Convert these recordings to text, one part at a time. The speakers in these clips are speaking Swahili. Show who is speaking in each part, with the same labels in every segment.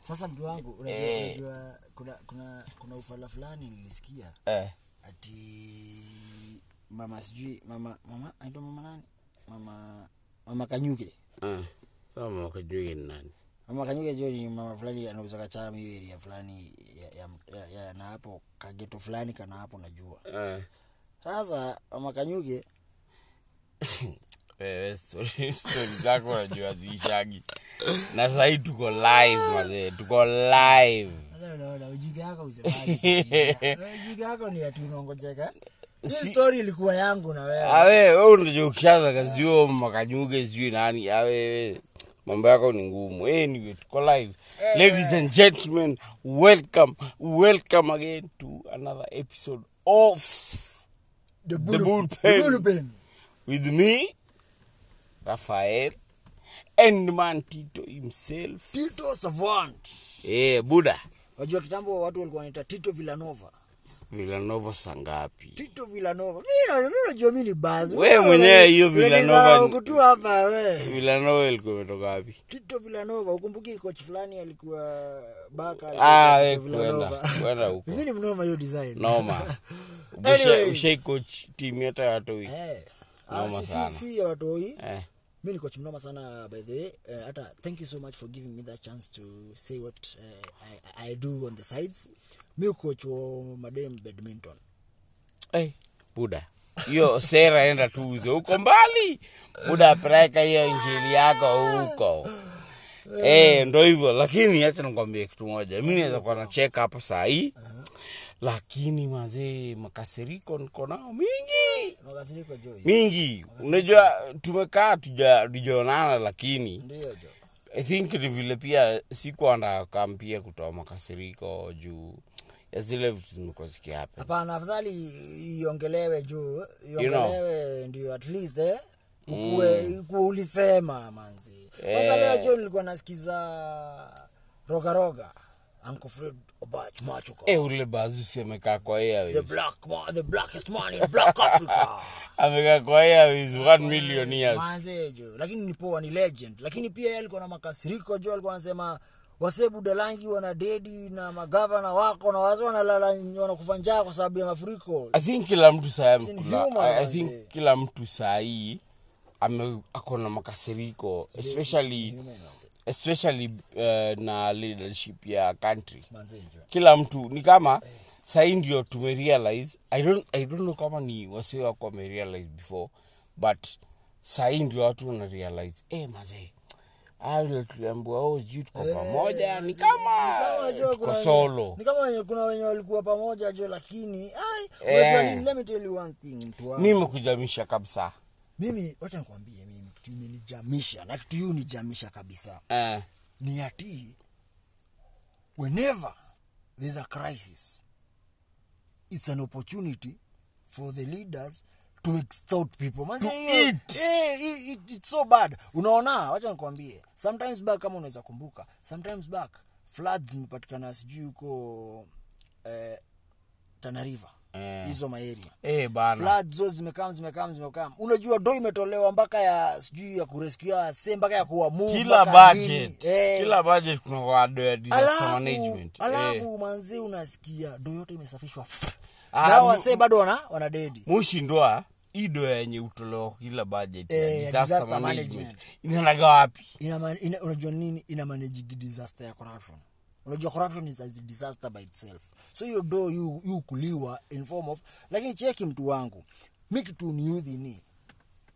Speaker 1: sasa mtu wangu unajua,
Speaker 2: Eh.
Speaker 1: unajua kuna, kuna, kuna ufala fulani nilisikia
Speaker 2: eh,
Speaker 1: ati mama sijui mama mama aitwa mama nani mama mama kanyuke
Speaker 2: eh. Kama ukijui ni nani
Speaker 1: mama kanyuke jo ni mama fulani anauza kachama hiyo eria fulani ya, ya, ya, ya, na hapo kageto fulani kana hapo najua
Speaker 2: eh.
Speaker 1: sasa mama kanyuke
Speaker 2: Eh, Wewe, story- story zako unajua ziishagi na sahii tuko live mazee tuko live
Speaker 1: sasa unaona ujinga yako usemaje ujinga yako ni ati unaongojeka hii story ilikuwa yangu na wewe
Speaker 2: awe we Ah, unajua ukishaza kazi huo makajuge sijui nani awewe mambo yako ni ngumu anyway tuko live ladies and gentlemen welcome welcome again to another episode of
Speaker 1: the
Speaker 2: bullpen.
Speaker 1: bullpen.
Speaker 2: with me rafael and mantito himself Eh,
Speaker 1: Tito Savant.
Speaker 2: hey, buda
Speaker 1: Wajua kitambo watu walikuwa wanaita Tito Villanova.
Speaker 2: villanova sangapi
Speaker 1: Tito Villanova. Mimi na- mimi najua mimi ni buzz.
Speaker 2: We mwenyewe hiyo Villanova ni-
Speaker 1: Kutu hapa we.
Speaker 2: villanova ilikuwa imetoka wapi
Speaker 1: Tito Villanova ukumbuki coach fulani alikuwa baka
Speaker 2: Ah,
Speaker 1: alikuwa
Speaker 2: we,
Speaker 1: Tito Villanova.
Speaker 2: kwenda- kwenda huko.
Speaker 1: Mimi ni mnoma hiyo design.
Speaker 2: noma
Speaker 1: Anyways.
Speaker 2: ushaikoch timu hata ya watu wiki
Speaker 1: Eh.
Speaker 2: Noma
Speaker 1: Ah, si,
Speaker 2: sana.
Speaker 1: si, si ya watoi
Speaker 2: eh.
Speaker 1: mi ni coach mnoma sana by the way Eh, hata thank you so much for giving me that chance to say what eh, I, i do on the sides mi coach wa madem badminton
Speaker 2: hey. buda hiyo sera enda tuuze huko mbali buda peleka hiyo injili yako huko Eh, ndo hivyo lakini hacha nikwambie kitu moja mi naweza kuwa na cheka hapa saa hii lakini mazee makasiriko niko nao mingi
Speaker 1: makasiriko jo hiyo.
Speaker 2: mingi unajua tumekaa tuja- tujaonana lakini
Speaker 1: ndio jo
Speaker 2: i think ni vile pia sikuwa nakam pia kutoa makasiriko juu ya zile vitu zimekuwa zikihappen
Speaker 1: hapana afadhali iongelewe juu
Speaker 2: know. Mm.
Speaker 1: iongelewe ndio at least eh, kukue ikuwe ulisema manzi kwanza
Speaker 2: Eh.
Speaker 1: leo jo nilikuwa nasikiza rogaroga uncle fred obach machuka
Speaker 2: Eh, ule bazusi amekaa kwa
Speaker 1: the
Speaker 2: airwaves
Speaker 1: black ma- the blackest man in black africa
Speaker 2: amekaa kwa airwaves one million years
Speaker 1: Manze jo lakini ni poa ni legend lakini pia yeye alikuwa na makasiriko jo alikuwa anasema wasee budalangi wana dedi na magavana wako na wazee wanalala wanakufa njaa kwa sababu ya mafuriko
Speaker 2: i think kila mtu saa
Speaker 1: It's inhuman,
Speaker 2: I, i
Speaker 1: manze.
Speaker 2: think kila mtu saa hii ame ako na makasiriko especially
Speaker 1: Human, manze.
Speaker 2: especially uh, na leadership ya country
Speaker 1: Manze jo.
Speaker 2: kila mtu ni kama sahii ndio tumerealize I don't, i don't know kama ni wasi wako wamerealize before but sahii ndio watu wanarealize eh, mazee aile tuliambiwa oh, sijui tuko pamoja ni kama
Speaker 1: Eh, Kama jo,
Speaker 2: tuko
Speaker 1: kuna wenye-
Speaker 2: solo
Speaker 1: ni kama wenye kuna wenye walikuwa pamoja jo lakini ai
Speaker 2: Eh.
Speaker 1: unajua nini, let me tell you one thing mtu wangu.
Speaker 2: mi mekujamisha kabisa
Speaker 1: mimi wacha nikwambie mimi kitu imenijamisha na kitu hiyo nijamisha kabisa
Speaker 2: eh,
Speaker 1: ni ati whenever there's a crisis it's an opportunity for the leaders to extort people Manze hiyo-
Speaker 2: eat.
Speaker 1: eh, i- it- it's so bad unaona wacha nikwambie sometimes back kama unaweza kumbuka sometimes back floods zimepatikana sijui huko eh, tanariva
Speaker 2: Eh.
Speaker 1: hizo maeria
Speaker 2: eh, bana
Speaker 1: floods zote zimekam zimekam zimekam unajua do imetolewa mpaka ya sijui ya kurescue wase mpaka ya kuwamuu
Speaker 2: kila budget kila budget kuna wado ya disaster
Speaker 1: Eh. alafu,
Speaker 2: management eh,
Speaker 1: alafu manzi unasikia do yote imesafishwa
Speaker 2: Ah,
Speaker 1: nao
Speaker 2: mu-
Speaker 1: wasee bado wana wana dedi
Speaker 2: moshi ndoa ido yenye utolewa kwa kila budget ya
Speaker 1: Eh,
Speaker 2: disaster,
Speaker 1: disaster
Speaker 2: management,
Speaker 1: management.
Speaker 2: inaendaga wapi
Speaker 1: ina, man- ina, unajua nini ina manage disaster ya corruption unajua corruption is a disaster by itself so hiyo do yu, yu kuliwa in form of lakini cheki mtu wangu mi kitu niudhi ni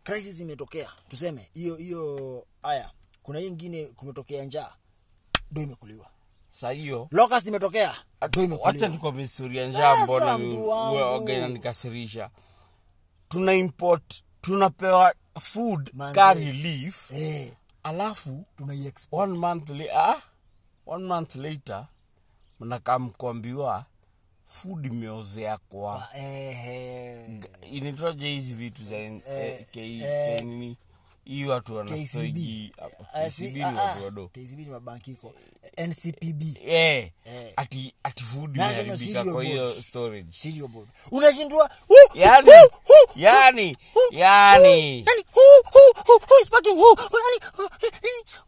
Speaker 1: crisis imetokea tuseme hiyo hiyo haya kuna hii ingine kumetokea njaa do imekuliwa
Speaker 2: sa hiyo
Speaker 1: locust imetokea do
Speaker 2: wacha
Speaker 1: imekuliwa
Speaker 2: tuko historia njaa
Speaker 1: Sasa,
Speaker 2: mbona
Speaker 1: mtu wangu.
Speaker 2: wagainanikasirisha tuna import tunapewa food
Speaker 1: Manze.
Speaker 2: curry leaf
Speaker 1: eh,
Speaker 2: alafu
Speaker 1: tunaiexport
Speaker 2: one month, li- ah, one month later mnakaa mkuambiwa food imeozea kwa
Speaker 1: eh,
Speaker 2: inaitwaje hizi vitu za N- eh, K-
Speaker 1: eh,
Speaker 2: K- nini hii watu
Speaker 1: KCB.
Speaker 2: wanastoji
Speaker 1: Eh, si- ah, ah,
Speaker 2: watu wado
Speaker 1: KCB ni mabanki iko NCPB
Speaker 2: Eh,
Speaker 1: Eh.
Speaker 2: ati ati food
Speaker 1: National
Speaker 2: imeharibika
Speaker 1: Cereal
Speaker 2: kwa hiyo
Speaker 1: Board.
Speaker 2: storage
Speaker 1: Serial board
Speaker 2: Yaani,
Speaker 1: unashindwa
Speaker 2: yani yani yani
Speaker 1: yani Yaani, who, who is fucking who? Yaani,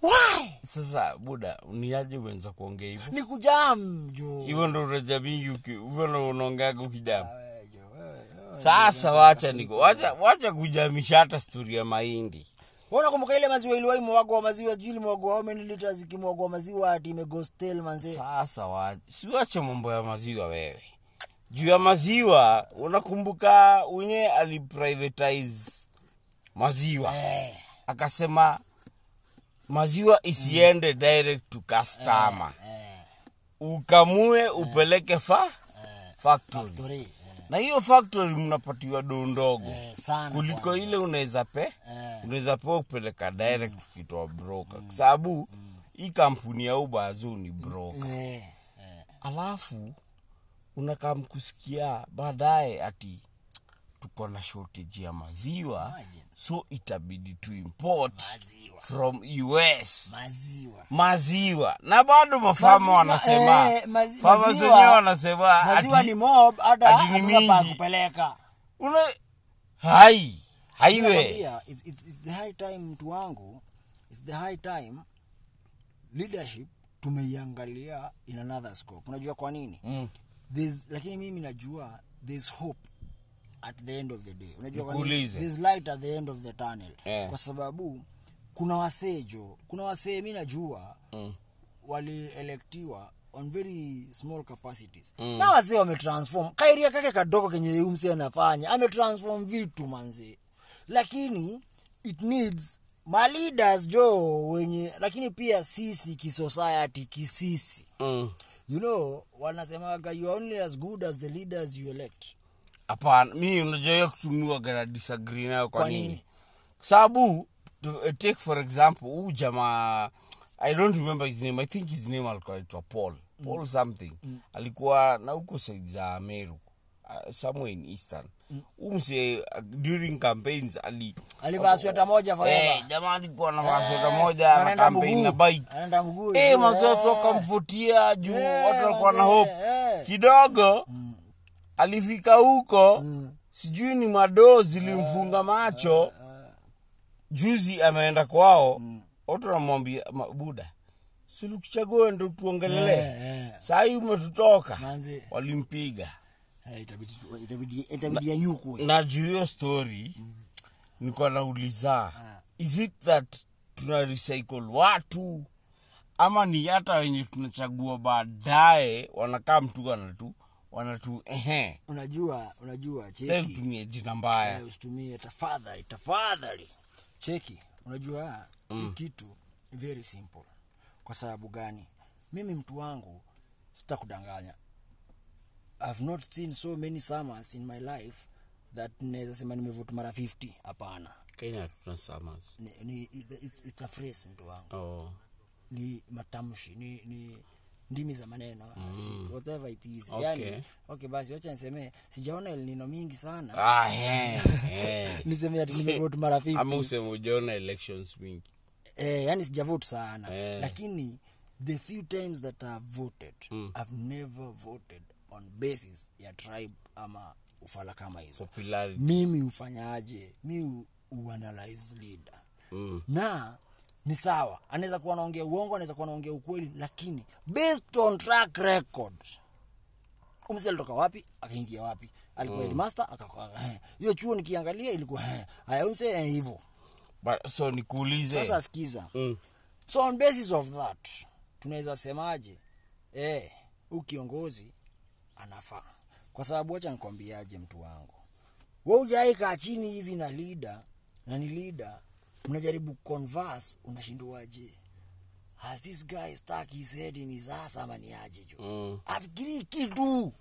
Speaker 1: why?
Speaker 2: sasa buda niaje wenza kuongea hivyo
Speaker 1: Ni kujam juu.
Speaker 2: hivyo ndo unajamii uki- hivyo ndo unaongeaga ukijama
Speaker 1: Wewe, juu, wewe, wewe.
Speaker 2: sasa wacha niko wacha, wacha kujamisha hata stori ya mahindi
Speaker 1: Wewe unakumbuka ile maziwa iliwahi mwago wa maziwa juu limwagwa how many liters ikimwagwa maziwa ati imegostel manze.
Speaker 2: sasa wacha siwache mambo ya maziwa wewe juu ya maziwa unakumbuka unye aliprivatize maziwa
Speaker 1: Eh,
Speaker 2: akasema maziwa isiende direct to customer
Speaker 1: eh,
Speaker 2: ukamue upeleke fa
Speaker 1: Eh,
Speaker 2: factory
Speaker 1: sorry.
Speaker 2: na hiyo factory mnapatiwa doo ndogo
Speaker 1: Eh, sana.
Speaker 2: kuliko
Speaker 1: bwana.
Speaker 2: ile unaweza pe
Speaker 1: Eh.
Speaker 2: unaweza pewa kupeleka direct ukitoa broker kwa sababu hii kampuni ya ubazu ni broker
Speaker 1: Eh, eh.
Speaker 2: alafu unakamkusikia baadaye ati tuko na shortage ya maziwa
Speaker 1: Imagine.
Speaker 2: so itabidi tu import
Speaker 1: Maziwa.
Speaker 2: from us
Speaker 1: Maziwa.
Speaker 2: maziwa na bado mafama
Speaker 1: Maziwa,
Speaker 2: wanasema
Speaker 1: eh, mazi-
Speaker 2: fama
Speaker 1: maziwa-
Speaker 2: zenyewe wanasema
Speaker 1: Maziwa
Speaker 2: ati-
Speaker 1: ni mob hata
Speaker 2: ati ni
Speaker 1: hakuna pa
Speaker 2: mingi.
Speaker 1: kupeleka.
Speaker 2: una hai haiwe
Speaker 1: Nakwambia, it's, it's, it's the high time mtu wangu it's the high time leadership tumeiangalia in another scope unajua kwa nini
Speaker 2: Mm.
Speaker 1: there's, lakini mimi najua there's hope at the end of the day unajua kwa nini?
Speaker 2: Nikuulize.
Speaker 1: there's light at the end of the tunnel
Speaker 2: Eh.
Speaker 1: kwa sababu kuna wasee jo kuna wasee mi najua
Speaker 2: Mm.
Speaker 1: walielectiwa on very small capacities
Speaker 2: Mm.
Speaker 1: na wasee wametransform kairia kake kadogo kenye huyu msee anafanya ametransform vitu manzi lakini it needs maleaders jo wenye lakini pia sisi kisociety kisisi
Speaker 2: Mm.
Speaker 1: you know wanasemaga you are only as good as the leaders you elect
Speaker 2: hapana mi unajua hiyo kutumiwa gana disagree nayo kwa,
Speaker 1: Kwa
Speaker 2: nini,
Speaker 1: nini?
Speaker 2: kwa sababu tu- eh, take for example huu jamaa i don't remember his name i think his name alikuwa anaitwa paul
Speaker 1: Mm.
Speaker 2: paul something alikuwa na huko side za meru uh, somewhere in eastern
Speaker 1: Mm.
Speaker 2: huu msee uh, during campaigns ali
Speaker 1: alivaa sweta moja forever
Speaker 2: Oh. Eh, jamaa alikuwa na masweta
Speaker 1: Na
Speaker 2: moja na
Speaker 1: anaenda
Speaker 2: campaign
Speaker 1: mguu.
Speaker 2: na bike
Speaker 1: Anaenda mguu
Speaker 2: Eh,
Speaker 1: Eh,
Speaker 2: mazoto wakamvutia juu
Speaker 1: Eh,
Speaker 2: watu walikuwa na
Speaker 1: mazee,
Speaker 2: hope
Speaker 1: eh. Mm.
Speaker 2: kidogo alifika huko sijui ni madoo
Speaker 1: Eh,
Speaker 2: zilimfunga macho juzi ameenda kwao
Speaker 1: Mm.
Speaker 2: watu wanamwambia "Ma- buda sulukichagua ndo tuongelelee
Speaker 1: Eh, eh.
Speaker 2: saa hii umetutoka
Speaker 1: Manzi.
Speaker 2: walimpiga
Speaker 1: Eh, itabidi tu- itabidi- itabidi ya nyuku
Speaker 2: na juu hiyo story nilikuwa nauliza is it that tuna recycle watu ama ni hata wenye tunachagua baadaye wanakaa mtu wanatu wanatu ehe
Speaker 1: unajua unajua
Speaker 2: sasa
Speaker 1: cheki
Speaker 2: tumie jina mbaya
Speaker 1: Eh, usitumie tafadhali tafadhali cheki unajua mm. hii kitu ni very simple kwa sababu gani mimi mtu wangu sitakudanganya I've not seen so many summers in my life that naweza sema nimevote mara 50 hapana
Speaker 2: kenya tuna summers
Speaker 1: ni, ni, it's, it's a phrase mtu wangu
Speaker 2: oh.
Speaker 1: ni matamshi ni, ni ndimi za maneno mm. whatever it is
Speaker 2: Okay.
Speaker 1: yani, okay basi wacha nisemee sijaona elnino mingi sana
Speaker 2: ah, he, he.
Speaker 1: niseme ati nimevote mara 50
Speaker 2: ama useme ujaona elections mingi
Speaker 1: eh, yani sijavote sana
Speaker 2: Eh.
Speaker 1: lakini the few times that I've voted
Speaker 2: Hmm.
Speaker 1: mm. I've never voted on basis ya tribe ama ufala kama hizo
Speaker 2: popularity
Speaker 1: mimi hufanyaje mi hu- huanalyze leader
Speaker 2: mm.
Speaker 1: na ni sawa anaweza kuwa anaongea uongo anaweza kuwa anaongea ukweli lakini based on track record umse alitoka wapi akaingia wapi
Speaker 2: Hmm.
Speaker 1: alikuwa headmaster akakuwa eh. hiyo chuo nikiangalia ilikuwa eh. haya umse eh, hivyo
Speaker 2: but so nikuulize
Speaker 1: sasa sikiza
Speaker 2: mm.
Speaker 1: so on basis of that tunaweza semaje eh, huu kiongozi anafaa kwa sababu wacha nikwambiaje mtu wangu we ujaikaa chini hivi na lida na ni lida mnajaribu converse unashinduaje has this guy stuck his head in his ass ama ni aje jo
Speaker 2: Mm.
Speaker 1: afikirii kitu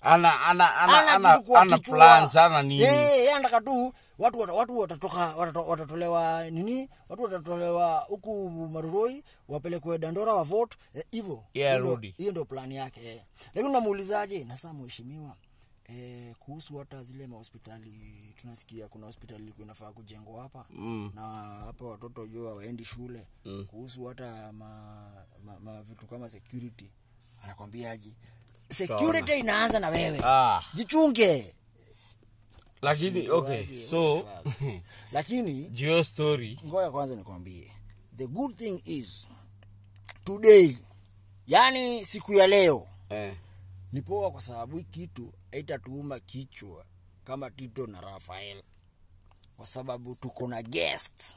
Speaker 2: ana ana ana ana,
Speaker 1: kitu kwa
Speaker 2: ana
Speaker 1: kichwa.
Speaker 2: plans ana nini
Speaker 1: Eh, yeye anataka tu watu wata- watu watatoka watato- watatolewa nini watu watatolewa huku maruroi wapelekwe dandora wa vote eh, hivyo
Speaker 2: Yeah,
Speaker 1: Hiyo ndo-
Speaker 2: rudi.
Speaker 1: hiyo ndio plani yake eh. lakini unamuulizaje na saa mheshimiwa Eh, kuhusu hata zile mahospitali tunasikia kuna hospitali ilikuwa inafaa kujengwa hapa
Speaker 2: Mm.
Speaker 1: na hapa watoto jua waendi shule mm. kuhusu hata ma, ma, ma vitu kama security anakwambiaje security inaanza na wewe
Speaker 2: ah.
Speaker 1: jichunge
Speaker 2: lakini okay so
Speaker 1: lakini
Speaker 2: juu hiyo story
Speaker 1: ngoja kwanza nikwambie the good thing is today yani siku ya leo
Speaker 2: eh,
Speaker 1: ni poa kwa sababu hii kitu haitatuuma kichwa kama tito na rafael kwa sababu tuko na guest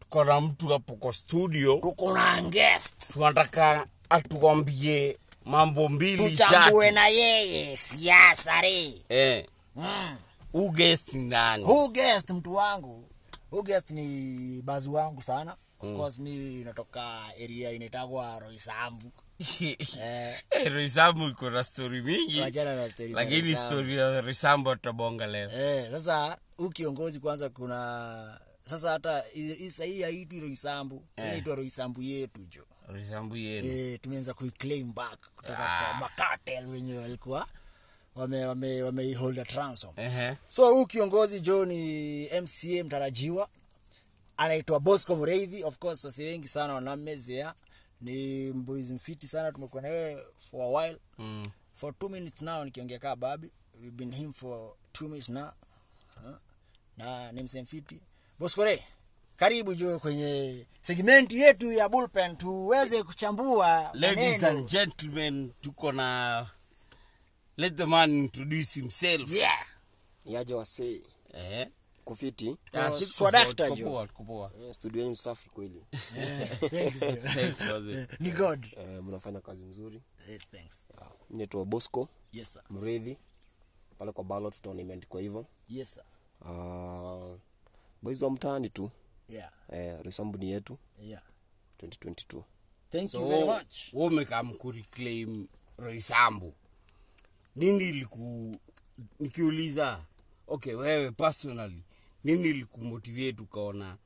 Speaker 2: tuko na mtu hapo kwa studio
Speaker 1: tuko na guest
Speaker 2: tunataka atuambie mambo mbili tatu
Speaker 1: tuchambue na yeye siasa re
Speaker 2: eh,
Speaker 1: mm.
Speaker 2: u guest ni nani
Speaker 1: Who guest mtu wangu Who guest ni bazu wangu sana of
Speaker 2: Mm.
Speaker 1: course mi natoka area inaitagwa roisambu eh,
Speaker 2: Eh, risambu iko na story mingi
Speaker 1: tuachana na story za
Speaker 2: lakini
Speaker 1: Roysambu.
Speaker 2: story ya risambu tutabonga leo
Speaker 1: Eh, sasa huu kiongozi kwanza kuna sasa hata i- i- sahii haitwi roisambu
Speaker 2: Eh.
Speaker 1: inaitwa roisambu yetu jo
Speaker 2: risambu yenu
Speaker 1: eh, tumeanza kuiclaim back kutoka
Speaker 2: Ah.
Speaker 1: kwa makatel wenye walikuwa wame wame wameihold at ransom
Speaker 2: Ehe.
Speaker 1: so huu kiongozi jo ni mca mtarajiwa anaitwa bosco mreithi of course wasi wengi sana wanamezea ni mbuizi mfiti sana tumekuwa na yeye for a while
Speaker 2: Mm.
Speaker 1: for two minutes now nikiongea kaa babi We've been him for two minutes now Huh? na ni msemfiti boskore karibu jo kwenye segmenti yetu ya bullpen tuweze kuchambua
Speaker 2: ladies
Speaker 1: maneno.
Speaker 2: and gentlemen tuko na let the man introduce himself
Speaker 1: yeah.
Speaker 3: yaje wasee
Speaker 2: eh.
Speaker 3: kufiti
Speaker 1: Tuko
Speaker 2: Ah, si-
Speaker 1: kwa dakta
Speaker 2: tuko
Speaker 1: jo.
Speaker 2: poa, tuko poa.
Speaker 3: Eh, studio yenu safi kweli
Speaker 1: Thanks, jo.
Speaker 2: Thanks, wazee.
Speaker 1: ni god
Speaker 3: Eh, mnafanya kazi mzuri
Speaker 1: yes, thanks.
Speaker 3: Ah, mi naitwa bosco
Speaker 1: yes sir
Speaker 3: mredhi pale kwa ballot utaona imeandikwa hivyo
Speaker 1: yes sir
Speaker 3: Ah, boys wa mtaani tu
Speaker 1: yeah
Speaker 3: eh, risambu ni yetu
Speaker 1: yeah
Speaker 3: 2022
Speaker 1: thank
Speaker 2: So,
Speaker 1: you very much
Speaker 2: wewe umekam kureclaim risambu nini liku nikiuliza okay wewe personally nini likumotivate ukaona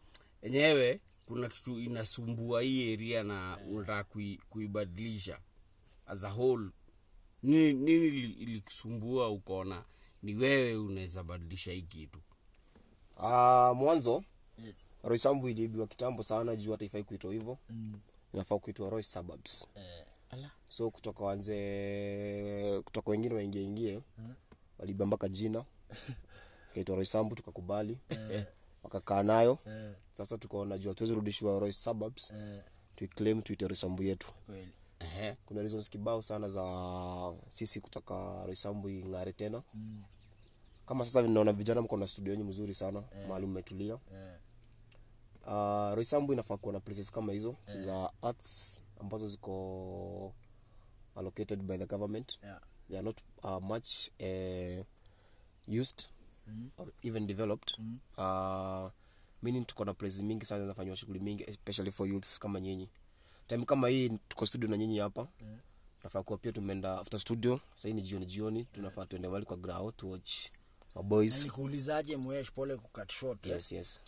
Speaker 2: enyewe kuna kitu inasumbua hii area na unataka kui, kuibadilisha as a whole nini, nini li- ilikusumbua ukaona ni wewe unaweza badilisha hii kitu
Speaker 3: Ah, mwanzo
Speaker 1: yes.
Speaker 3: roisambu iliibiwa kitambo sana juu hata ifai kuitwa hivyo inafaa kuitwa roy suburbs
Speaker 1: Eh,
Speaker 3: so kutoka wanze kutoka wengine waingie ingie waliiba mpaka jina kaitwa roisambu tukakubali wakakaa nayo
Speaker 1: Eh,
Speaker 3: sasa tukaona juu hatuwezi rudishiwa roy suburbs
Speaker 1: eh,
Speaker 3: tuiclaim tuite roisambu yetu
Speaker 1: kweli
Speaker 2: Ehe.
Speaker 3: kuna reasons kibao sana za sisi kutaka roisambu ing'are tena
Speaker 1: Mm.
Speaker 3: kama sasa naona vijana mko na studio yenyu mzuri sana mahali mmetulia
Speaker 1: eh,
Speaker 3: uh, roisambu inafaa kuwa na places kama hizo
Speaker 1: Eh.
Speaker 3: za arts ambazo ziko allocated by the government
Speaker 1: yeah.
Speaker 3: they are not uh, much uh, used mm -hmm. or even developed mm -hmm. uh, meaning tuko na places mingi sana zinafanyiwa shughuli mingi especially for youths kama nyinyi time kama hii tuko studio na nyinyi hapa mm nafaa kuwa pia tumeenda after studio sahii ni jioni jioni tunafaa tuende mali kwa grao to watch maboys
Speaker 1: nikuulizaje mwesh pole kukat short eh?
Speaker 3: yes yes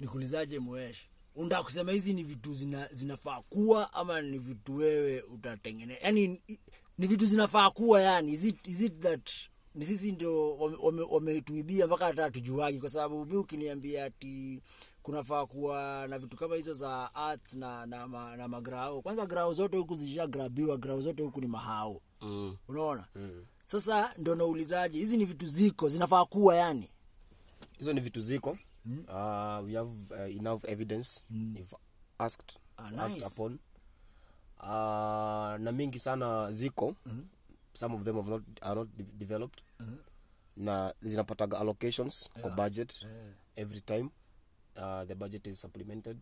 Speaker 1: nikuulizaje mwesh unda kusema hizi ni vitu zina, zinafaa kuwa ama ni vitu wewe utatengeneza yani i- ni vitu zinafaa kuwa yani is it, is it that ni sisi ndio wametuibia wame, wametuibia mpaka hata tujuagi kwa sababu mi ukiniambia ati kunafaa kuwa na vitu kama hizo za art na, na, ma, na magrao kwanza grao zote huku zishagrabiwa grao zote huku ni mahao
Speaker 2: Mm.
Speaker 1: unaona mm. sasa ndo naulizaje hizi ni vitu ziko zinafaa kuwa yaani? yani
Speaker 3: hizo ni vitu ziko mm uh, we have uh, enough evidence mm if asked
Speaker 1: Ah,
Speaker 3: act
Speaker 1: nice.
Speaker 3: upon uh, na mingi sana ziko mm some of them have not, are not de developed mm na zinapataga allocations yeah. kwa budget yeah. every time uh, the budget is supplemented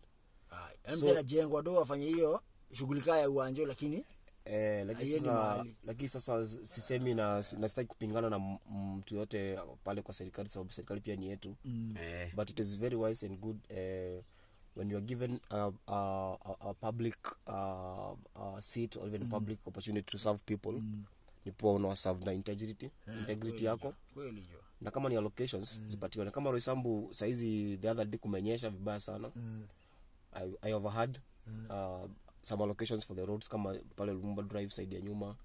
Speaker 1: so, najengwa Ah, do wafanye hiyo shughuli kaa ya uwanjo lakini
Speaker 3: Eh, lakini
Speaker 1: Hiyo ni
Speaker 3: sasa,
Speaker 1: mahali.
Speaker 3: lakini sasa sisemi na nasitaki kupingana na m- mtu yote pale kwa serikali sababu serikali pia ni yetu mm.
Speaker 2: Eh.
Speaker 3: but it is very wise and good uh, when you are given a, a, a, a public uh, a seat or even mm. public opportunity to serve people mm. ni poa unawaserve na integrity integrity yako
Speaker 1: kweli jo
Speaker 3: na kama ni allocations mm. zipatiwane kama roisambu saizi the other day kumenyesha vibaya sana mm. I, I overheard mm. uh, some allocations for the roads kama pale lumumba drive side ya nyuma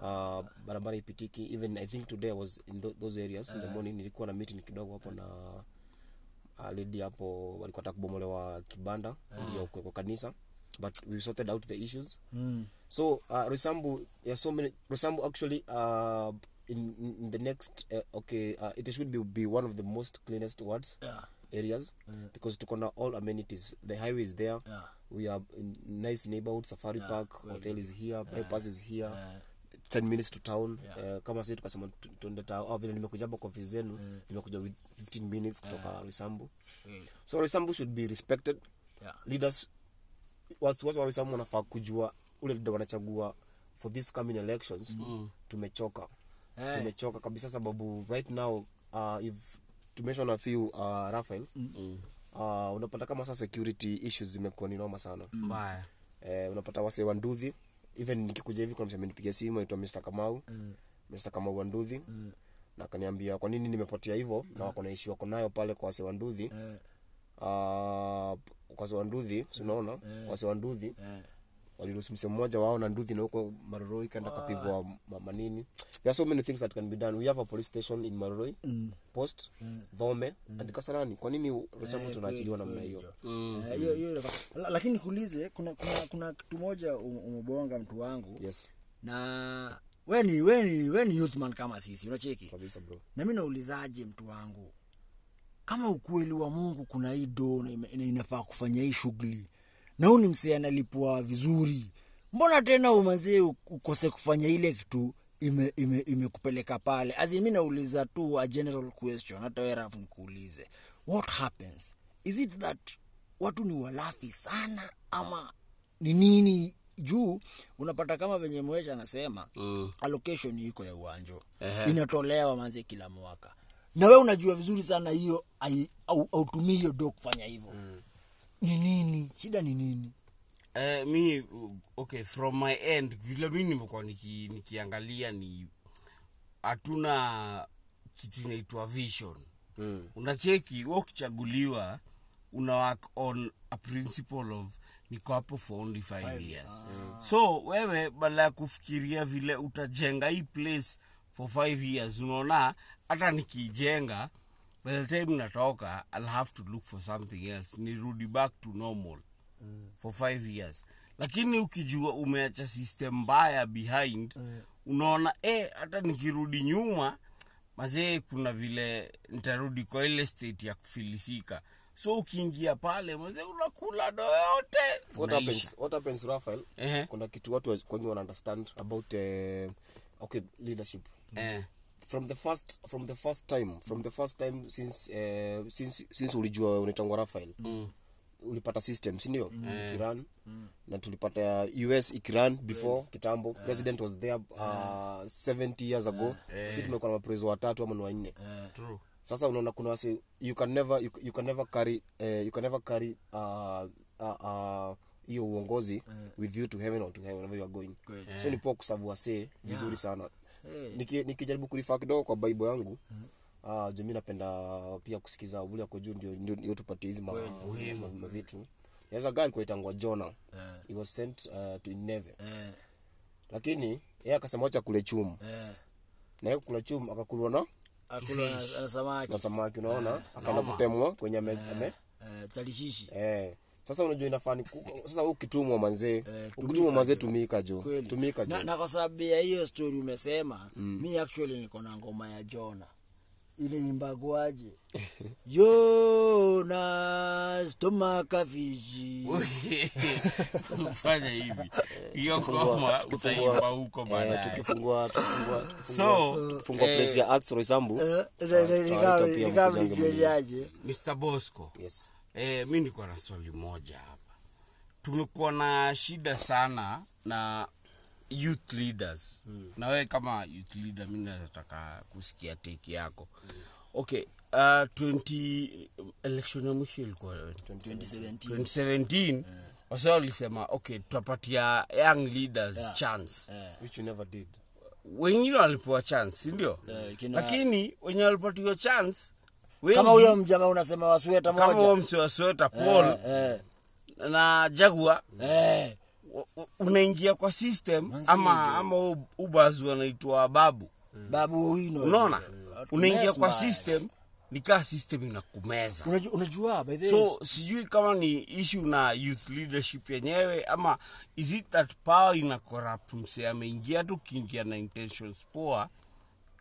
Speaker 3: uh, barabara ipitiki even i think today I was in tho those areas in the morning nilikuwa na meeting kidogo hapo na uh, lady hapo walikuwa taka kubomolewa kibanda ndio kwa kwa kanisa but we sorted
Speaker 1: Hmm.
Speaker 3: out the issues mm. so uh, roisambu there are so many roisambu actually uh, in, in in the next uh, okay uh, it should be, be one of the most cleanest wards
Speaker 1: Yeah.
Speaker 3: areas because tuko na all amenities the highway is there
Speaker 1: Yeah.
Speaker 3: we are in nice neighborhood safari park hotel is here bypass is here 10 minutes to town Eh, kama sisi tukasema tu- tuende town au vile nimekuja hapa kwa office zenu nimekuja with 15 minutes kutoka Risambu so Risambu should be respected
Speaker 1: Yeah.
Speaker 3: leaders watu watu wa Risambu wanafaa kujua ule leader wanachagua for this coming elections tumechoka
Speaker 1: Mm. Eh.
Speaker 3: tumechoka kabisa sababu right now uh, if to mention a few uh, Rafael
Speaker 1: Mm.
Speaker 3: uh, unapata kama sasa security issues zimekuwa ni noma sana
Speaker 2: mbaya
Speaker 3: eh, unapata wase wanduthi even nikikuja hivi kuna msema nipigia simu aitwa Mr Kamau
Speaker 1: Mm.
Speaker 3: Mr Kamau wanduthi na akaniambia kwa nini nimepotea hivyo na wako na issue wako nayo pale kwa wase wanduthi
Speaker 1: Mm. Eh.
Speaker 3: Ah, kwa wase wanduthi si unaona wase wanduthi
Speaker 1: Eh.
Speaker 3: waliruhusu msemo mmoja wao na nduthi na huko maroroi kaenda
Speaker 1: Ah.
Speaker 3: kapigwa ma- manini there are so many things that can be done we have a police station in maroroi
Speaker 1: Mm.
Speaker 3: post dhome and kasarani kwa nini rosamu tunaachiliwa namna hiyo
Speaker 1: Eh, hiyo- hiyo inafaa. La- lakini nikuulize kuna, kuna, kuna kitu moja um- umebonga mtu wangu
Speaker 3: yes
Speaker 1: na we ni, we ni, we ni youthman kama sisi unacheki
Speaker 3: kabisa bro
Speaker 1: na mi naulizaje mtu wangu kama ukweli wa mungu kuna hii do na ime- na inafaa kufanya hii shughuli na huu ni msee analipwa vizuri mbona tena umazee ukose kufanya ile kitu imekupeleka ime, imekupeleka pale azi mi nauliza tu a general question hata we rafu nikuulize what happens is it that watu ni walafi sana ama ni nini juu unapata kama venye mwesha anasema mm. allocation iko ya uwanjo inatolewa manze kila mwaka na we unajua vizuri sana hiyo ai- au- autumii hiyo do kufanya hivyo mm. ni nini shida ni nini
Speaker 2: Eh, mi okay from my end vile mi nimekuwa niki, nikiangalia ni hatuna kitu inaitwa vision mm. unacheki we ukichaguliwa una work on a principle of niko hapo for only five, years mm. so wewe badala ya kufikiria vile utajenga hii place for five years unaona hata nikijenga by the time natoka i'll have to look for something else nirudi back to normal for five years lakini ukijua umeacha system mbaya behind unaona eh, hata nikirudi nyuma mazee kuna vile nitarudi kwa ile state ya kufilisika so ukiingia pale mazee unakula do
Speaker 3: what
Speaker 2: yote
Speaker 3: happens what happens Rafael
Speaker 2: Ehe.
Speaker 3: kuna kitu watu wa- wengi wana understand about eh, okay leadership
Speaker 2: eh,
Speaker 3: from the first from the first time from the first time since eh, since since ulijua wewe unaitangwa Rafael mm. ulipata system si ndio mm. Iran mm. na tulipata US Iran before kitambo president was there uh, 70 years ago sisi tumekuwa na maprezo watatu ama ni wanne
Speaker 2: true.
Speaker 3: sasa unaona kuna wasi you can never you, you can never carry eh, you can never carry uh, uh, uh, hiyo uongozi with you to heaven or to hell wherever you are going so ni poa kuserve wasee vizuri sana Niki- nikijaribu kurifaa kidogo kwa bible yangu uh, juu mi napenda pia kusikiza ule ako juu ndio- ndio ndio tupatie hizi ma- ma- ma- mavitu there's a guy alikuwa aitangwa jona he was sent uh, to Nineveh
Speaker 1: Eh,
Speaker 3: lakini yeye akasema wacha kule chumu
Speaker 1: eh.
Speaker 3: na yeye kula chumu akakulwa na
Speaker 1: akula na- na samaki
Speaker 3: na samaki unaona akaenda kutemwa kwenye ame, ame
Speaker 1: eh, tarishishi
Speaker 3: eh. sasa unajua inafani sasa wewe ukitumwa manzee ukitumwa manzee tumika jo
Speaker 1: kweli.
Speaker 3: tumika
Speaker 1: na,
Speaker 3: jo
Speaker 1: na kwa sababu ya hiyo story umesema mm. mi actually niko na ngoma ya jona ile nimbaguaje yonas tomakafishi
Speaker 2: fanya hivi hiyo ngoma utaimba huko
Speaker 3: eh,
Speaker 2: baadaye
Speaker 3: tukifungua tukifungua tukifungua
Speaker 2: so
Speaker 3: tukifungua place ya arts
Speaker 1: eh,
Speaker 3: Roysambu
Speaker 2: Ah,
Speaker 3: Ah, pia mkujange
Speaker 1: ikaviliaje
Speaker 2: mr bosco
Speaker 3: yes
Speaker 2: E, mi niko na swali moja hapa. Tumekuwa na shida sana na youth leaders
Speaker 1: Hmm.
Speaker 2: mm. na wewe kama youth leader, mi nataka kusikia teki yako
Speaker 1: Hmm.
Speaker 2: mm. Okay, uh, 20 election ya mwisho ilikuwa
Speaker 1: 2017
Speaker 2: 2017 yeah.
Speaker 1: Eh.
Speaker 2: Wasa walisema okay, tutapatia young leaders yeah. chance
Speaker 1: Eh.
Speaker 3: which you never did
Speaker 2: Wengine walipewa chance, si ndio?
Speaker 1: Eh, kina-
Speaker 2: Lakini wenye walipatiwa chance
Speaker 1: kama
Speaker 2: wengi-
Speaker 1: huyo mjamaa unasema wasweta
Speaker 2: kama huyo
Speaker 1: moja
Speaker 2: msee wa sweta Paul
Speaker 1: eh,
Speaker 2: na Jaguar
Speaker 1: eh,
Speaker 2: u- u- unaingia kwa system
Speaker 1: Manzi
Speaker 2: ama
Speaker 1: ndio.
Speaker 2: ama u- ubazi wanaitwa babu
Speaker 1: babu wino
Speaker 2: unaona unaingia kwa
Speaker 1: Mbaya.
Speaker 2: system ni kaa system inakumeza
Speaker 1: Unajua- unajua by the
Speaker 2: so sijui kama ni issue na youth leadership yenyewe ama is it that power ina corrupt msee ameingia tu kiingia na intentions poa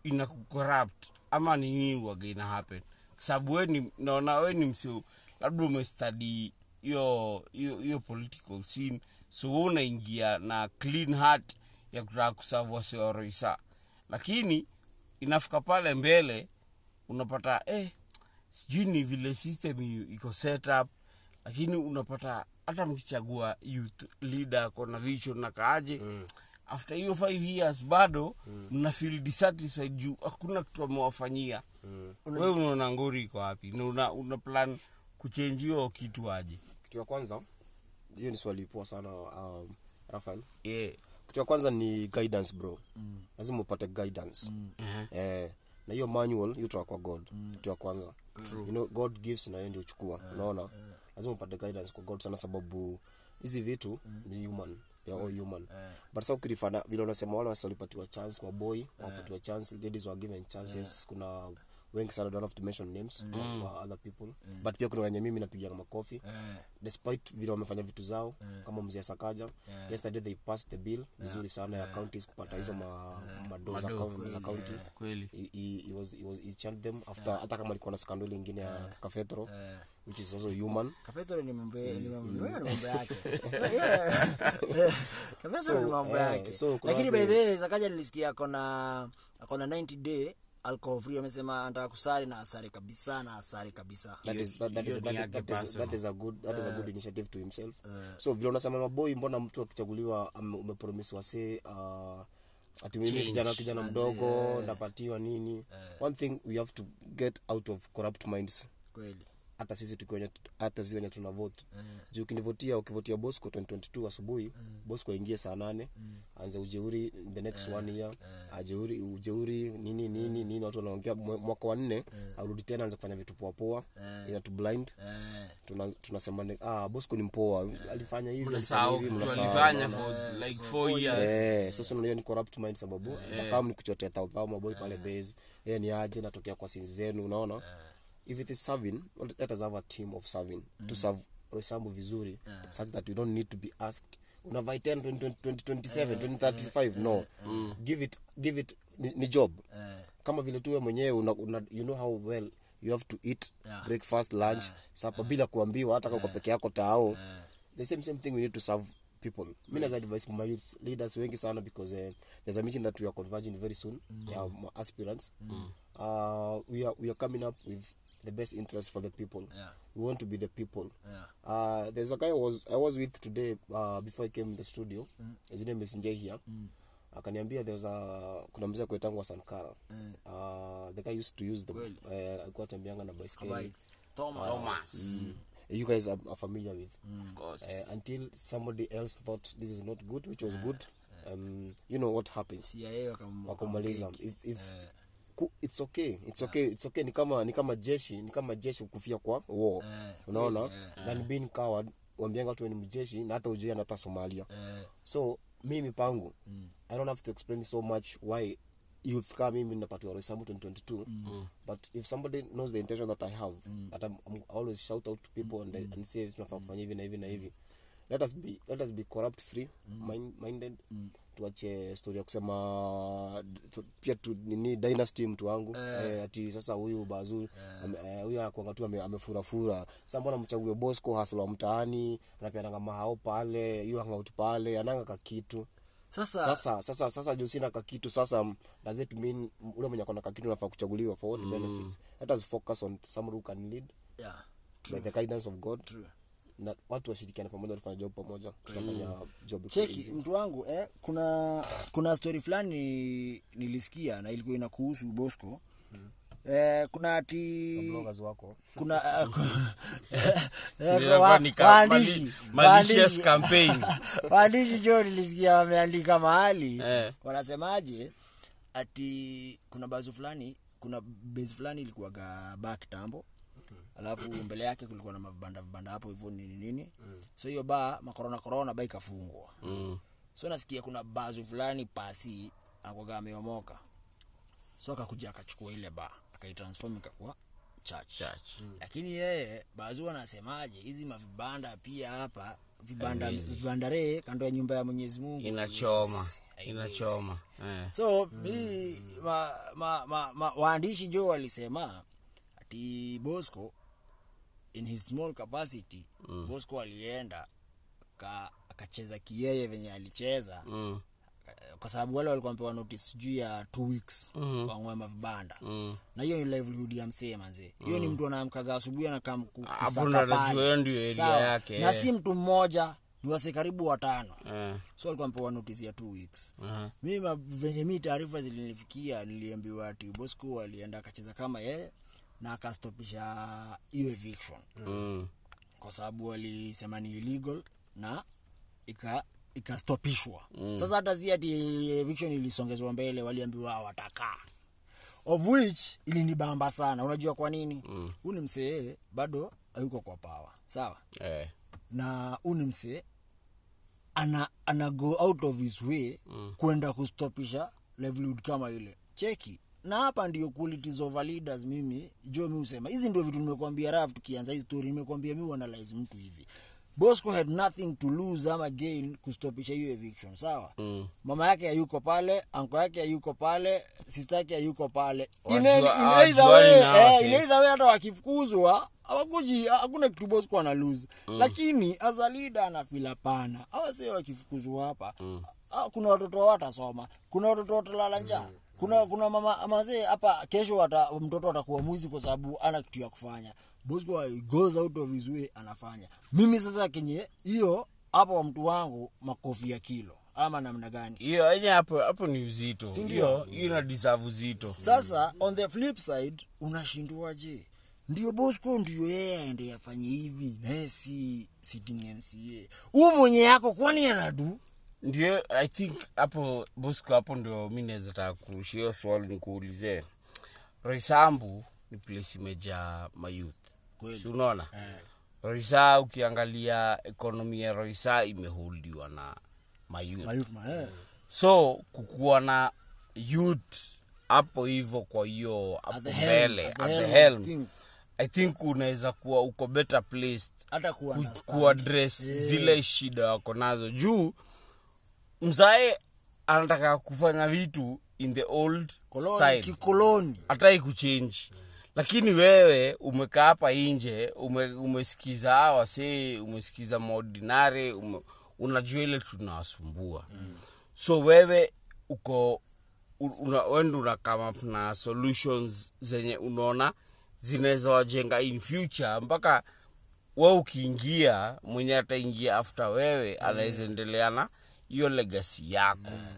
Speaker 2: inakucorrupt ama ni nini huwaga ina happen Kwa sababu we ni naona we ni msio labda umestudy hiyo hiyo hiyo political scene so we unaingia na clean heart ya kutaka kusavu wasio wa roisa lakini inafika pale mbele unapata eh, sijui ni vile system i- iko set up lakini unapata hata mkichagua youth leader kona vision na kaaje mm. after hiyo five years bado mm. mna feel dissatisfied juu hakuna kitu amewafanyia mm. wewe unaona ngori iko wapi na una, una plan kuchenji hiyo kitu aje
Speaker 3: kitu ya kwanza hiyo ni swali poa sana um, rafael
Speaker 2: yeah.
Speaker 3: kitu ya kwanza ni guidance bro mm. lazima upate guidance mm. eh, na hiyo manual hiyo toka kwa god mm. kitu ya kwanza True. Eh, You know, god gives na hiyo ndio chukua unaona lazima upate guidance kwa god sana sababu hizi vitu ni human They are all human but sasa ukirifana vile unasema wale wasi walipatiwa chance maboy wapatiwa chance ladies were given chances kuna wengi sana don't have to mention names kwa other people but pia kuna wenye mimi napiga na makofi despite vile wamefanya vitu zao kama mzee sakaja yesterday they passed the bill vizuri sana ya counties kupata hizo ma- madoo za coun- za county
Speaker 2: kweli
Speaker 3: He- he, he was, he was, he chant them after hata kama alikuwa na skandali ingine ya kafetro which is also human
Speaker 1: Kafetero ni mambo ya-
Speaker 3: Mm,
Speaker 1: ni mambo ni mambo yake. Yeah. Kafetero ni
Speaker 3: So,
Speaker 1: mambo
Speaker 3: eh,
Speaker 1: yake.
Speaker 3: so kuna
Speaker 1: Lakini
Speaker 3: wase-
Speaker 1: by the way Zakaja nilisikia akona akona 90 day alcohol free amesema anataka kusari na asari kabisa na asari kabisa.
Speaker 3: That is- that- that
Speaker 2: hiyo Eh.
Speaker 3: is-
Speaker 2: ni
Speaker 3: that is-
Speaker 2: yake
Speaker 3: that is- that is a good that is a good initiative to himself so vile unasema maboi mbona mtu akichaguliwa ame- umepromise wase uh, ati mimi kijana kijana
Speaker 2: eh.
Speaker 3: mdogo ndapatiwa nini one thing we have to get out of corrupt minds
Speaker 1: Kweli.
Speaker 3: hata sisi tukiwenye hata sisi wenye tuna vote juu ukinivotia ukivotia bosco 2022 asubuhi bosco aingie saa nane aanze ujeuri the next one year ajeuri ujeuri nini nini nini watu wanaongea mwe- mwaka wa nne arudi tena aanze kufanya vitu poa poa ina tu blind
Speaker 1: Eh.
Speaker 3: Tuna- tunasema ni- ah bosco ni mpoa alifanya hivi alifanya
Speaker 2: mnasahau
Speaker 3: hivi,
Speaker 2: kitu
Speaker 3: mnasahau,
Speaker 2: alifanya
Speaker 3: mnaona.
Speaker 2: for like four years
Speaker 3: Eh, sasa unaona hiyo ni corrupt mind sababu na kama ni kuchotea taudhao maboy pale base yeye ni aje natokea kwa sinzi zenu unaona if it is serving well, let us have a team of serving to serve rosambu vizuri such that we don't need to be asked unavai 10 20, 2027 2035 no give it give it ni, ni job kama vile tuwe mwenyewe una, una, you know how well you have to eat
Speaker 1: Yeah.
Speaker 3: breakfast lunch supper bila kuambiwa hata kama uko peke yako tao the same same thing we need to serve people mi naweza advise my youth leaders wengi sana because uh, there's a meeting that we are converging very soon mm. yeah, my aspirants mm. uh, we, are, we are coming up with the best interest for the people
Speaker 1: Yeah.
Speaker 3: we want to be the people
Speaker 1: Yeah.
Speaker 3: uh, there's a guy I was, I was with today uh, before I came in the studio mm. his name is Njehia mm akaniambia there's a kuna mzee kwetangu wa sankara mm. uh, the guy used to use the
Speaker 1: Kweli.
Speaker 3: eh, alikuwa atembeanga na baiskeli
Speaker 1: Bye. Thomas.
Speaker 2: Thomas.
Speaker 3: Mm. you guys are, are familiar with
Speaker 2: Mm. Of course.
Speaker 3: uh, until somebody else thought this is not good which was good um, you know what happens
Speaker 1: CIA wakam-
Speaker 3: wakamaliza if, if, ku, it's okay it's okay it's okay ni kama ni kama jeshi ni kama jeshi kufia kwa war unaona than being coward wambianga watu we ni mjeshi na hata ujui anata somalia so mimi pangu i don't have to explain so much why youth ka mimi napatiwa roisamu 2022 but if somebody knows the intention that i have that I'm, I'm I always shout out to people and, I- and say tunafaa kufanya hivi na hivi na hivi let us be let us be corrupt free mind, minded tuache story ya kusema tu, pia tu, nini dynasty mtu wangu eh, ati sasa huyu bazuri ame- eh, huyu akwanga tu ame- amefurafura sasa mbona mchague bosco hasla mtaani anapeananga mahao pale hiyo hangout pale ananga kakitu
Speaker 1: Sasa
Speaker 3: sasa sasa sasa juu sina kakitu sasa m- does it mean m- ule mwenye akona kakitu nafaa kuchaguliwa for what benefits let us focus on someone who can lead
Speaker 1: yeah.
Speaker 3: by the guidance of god
Speaker 1: True.
Speaker 3: na watu washirikiane pamoja tufanye job pamoja tutafanya job ikuwe
Speaker 1: cheki
Speaker 3: easy.
Speaker 1: mtu wangu eh, kuna kuna story fulani nilisikia na ilikuwa inakuhusu bosco
Speaker 3: Mm.
Speaker 1: eh, kuna ati
Speaker 3: bloggers wako
Speaker 1: kuna eh, ku- eh,
Speaker 2: Nilikuwa
Speaker 1: wa-
Speaker 2: nika-
Speaker 1: waandishi-
Speaker 2: mali- malicious
Speaker 1: waandishi-
Speaker 2: campaign.
Speaker 1: waandishi jo nilisikia wameandika mahali
Speaker 2: Eh.
Speaker 1: wanasemaje ati kuna bazu fulani kuna base fulani ilikuwaga ba kitambo alafu mbele yake kulikuwa na mabanda vibanda hapo hivyo nini nini so hiyo ba makorona korona ba ikafungwa
Speaker 2: Mm.
Speaker 1: so nasikia kuna bazu fulani pasi akwaga ameomoka so akakuja akachukua ile ba akaitransform ikakuwa church,
Speaker 2: Church.
Speaker 1: lakini yeye bazu anasemaje hizi mavibanda pia hapa vibanda vibandaree kando ya nyumba ya mwenyezi mungu
Speaker 2: inachoma
Speaker 1: Yes,
Speaker 2: inachoma eh.
Speaker 1: so mi ma, ma, ma, ma, waandishi jo walisema ati bosco in his small capacity mm. bosco alienda ka- akacheza kiyeye venye alicheza
Speaker 2: mm.
Speaker 1: Eh, kwa sababu wale walikuwa wamepewa notice juu ya two weeks
Speaker 2: Mm-hmm.
Speaker 1: mm. wangwema vibanda mm. na hiyo ni livelihood ya msee manzee hiyo ni mtu anaamkaga asubuhi anakam
Speaker 2: Mm. Hapo ndo anajua hiyo ndio area yake,
Speaker 1: na
Speaker 2: eh.
Speaker 1: si mtu mmoja ni wase karibu watano
Speaker 2: Eh.
Speaker 1: so alikuwa mpewa notice ya two weeks
Speaker 2: Aha.
Speaker 1: mi ma- venye mi taarifa zilinifikia niliambiwa ati bosco alienda akacheza kama yeye na akastopisha hiyo eviction
Speaker 2: Mm.
Speaker 1: kwa sababu walisema ni illegal na ika ikastopishwa mm. sasa hata si ati eviction ilisongezwa mbele waliambiwa watakaa of which ilinibamba sana unajua kwa nini mm. huu ni msee bado hayuko kwa pawa sawa
Speaker 2: Eh.
Speaker 1: na huu ni msee ana, ana go out of his way mm. kwenda kustopisha livelihood kama ile cheki na hapa ndio qualities of our leaders mimi jo mi husema hizi ndio vitu nimekuambia raf tukianza hii story nimekuambia mi uanalyze mtu hivi bosco had nothing to lose ama gain kustopisha hiyo eviction sawa mm. mama yake hayuko pale anko yake hayuko pale sista yake hayuko pale In
Speaker 2: Wajua-
Speaker 1: any- in
Speaker 2: ah,
Speaker 1: either
Speaker 2: juani
Speaker 1: way,
Speaker 2: na
Speaker 1: eh,
Speaker 2: wase.
Speaker 1: in either either way hata wakifukuzwa hawakuji hakuna kitu bosco analuzi mm. lakini azalida anafila pana awasee wakifukuzwa hapa mm. kuna watoto watasoma kuna watoto watalala njaa mm. kuna kuna mama mazee hapa kesho wata, mtoto atakuwa mwizi kwa sababu ana kitu ya kufanya bosco he goes out of his way anafanya mimi sasa kenye hiyo hapa wa mtu wangu makofi ya kilo ama namna gani
Speaker 2: hiyo yenye hapo hapo ni uzito
Speaker 1: Si ndio?
Speaker 2: hiyo hiyo ina deserve uzito
Speaker 1: sasa on the flip side unashindwaje ndio bosco ndio yeye aende afanye hivi naye si sitting mca huu mwenye yako kwani anadu
Speaker 2: Eh, ndio i think hapo bosco hapo ndio mi naweza taka kurushia hiyo swali nikuulize roisambu ni place imejaa mayouth
Speaker 1: Kweli. Eh.
Speaker 2: si unaona roisa ukiangalia ekonomi ya roisa imeholdiwa na mayouth
Speaker 1: eh,
Speaker 2: eh, so kukuwa na youth hapo hivo kwa hiyo hapo
Speaker 1: the helm,
Speaker 2: mbele
Speaker 1: at the
Speaker 2: at the
Speaker 1: helm of
Speaker 2: helm
Speaker 1: things.
Speaker 2: i think unaweza kuwa uko better placed
Speaker 1: hata
Speaker 2: ku-
Speaker 1: kuwa
Speaker 2: kuaddress zile shida wako nazo juu mzae anataka kufanya vitu in the old style
Speaker 1: kikoloni
Speaker 2: hataki kuchange lakini wewe umekaa hapa inje ume, umesikiza hawa see umesikiza maordinari ume, unajua ile tunawasumbua mm. so wewe uko u- una, wende una come up na solutions zenye unaona zinaweza wajenga in future mpaka we ukiingia mwenye ataingia after wewe mm. anaweza endelea na hiyo legasi yako mm.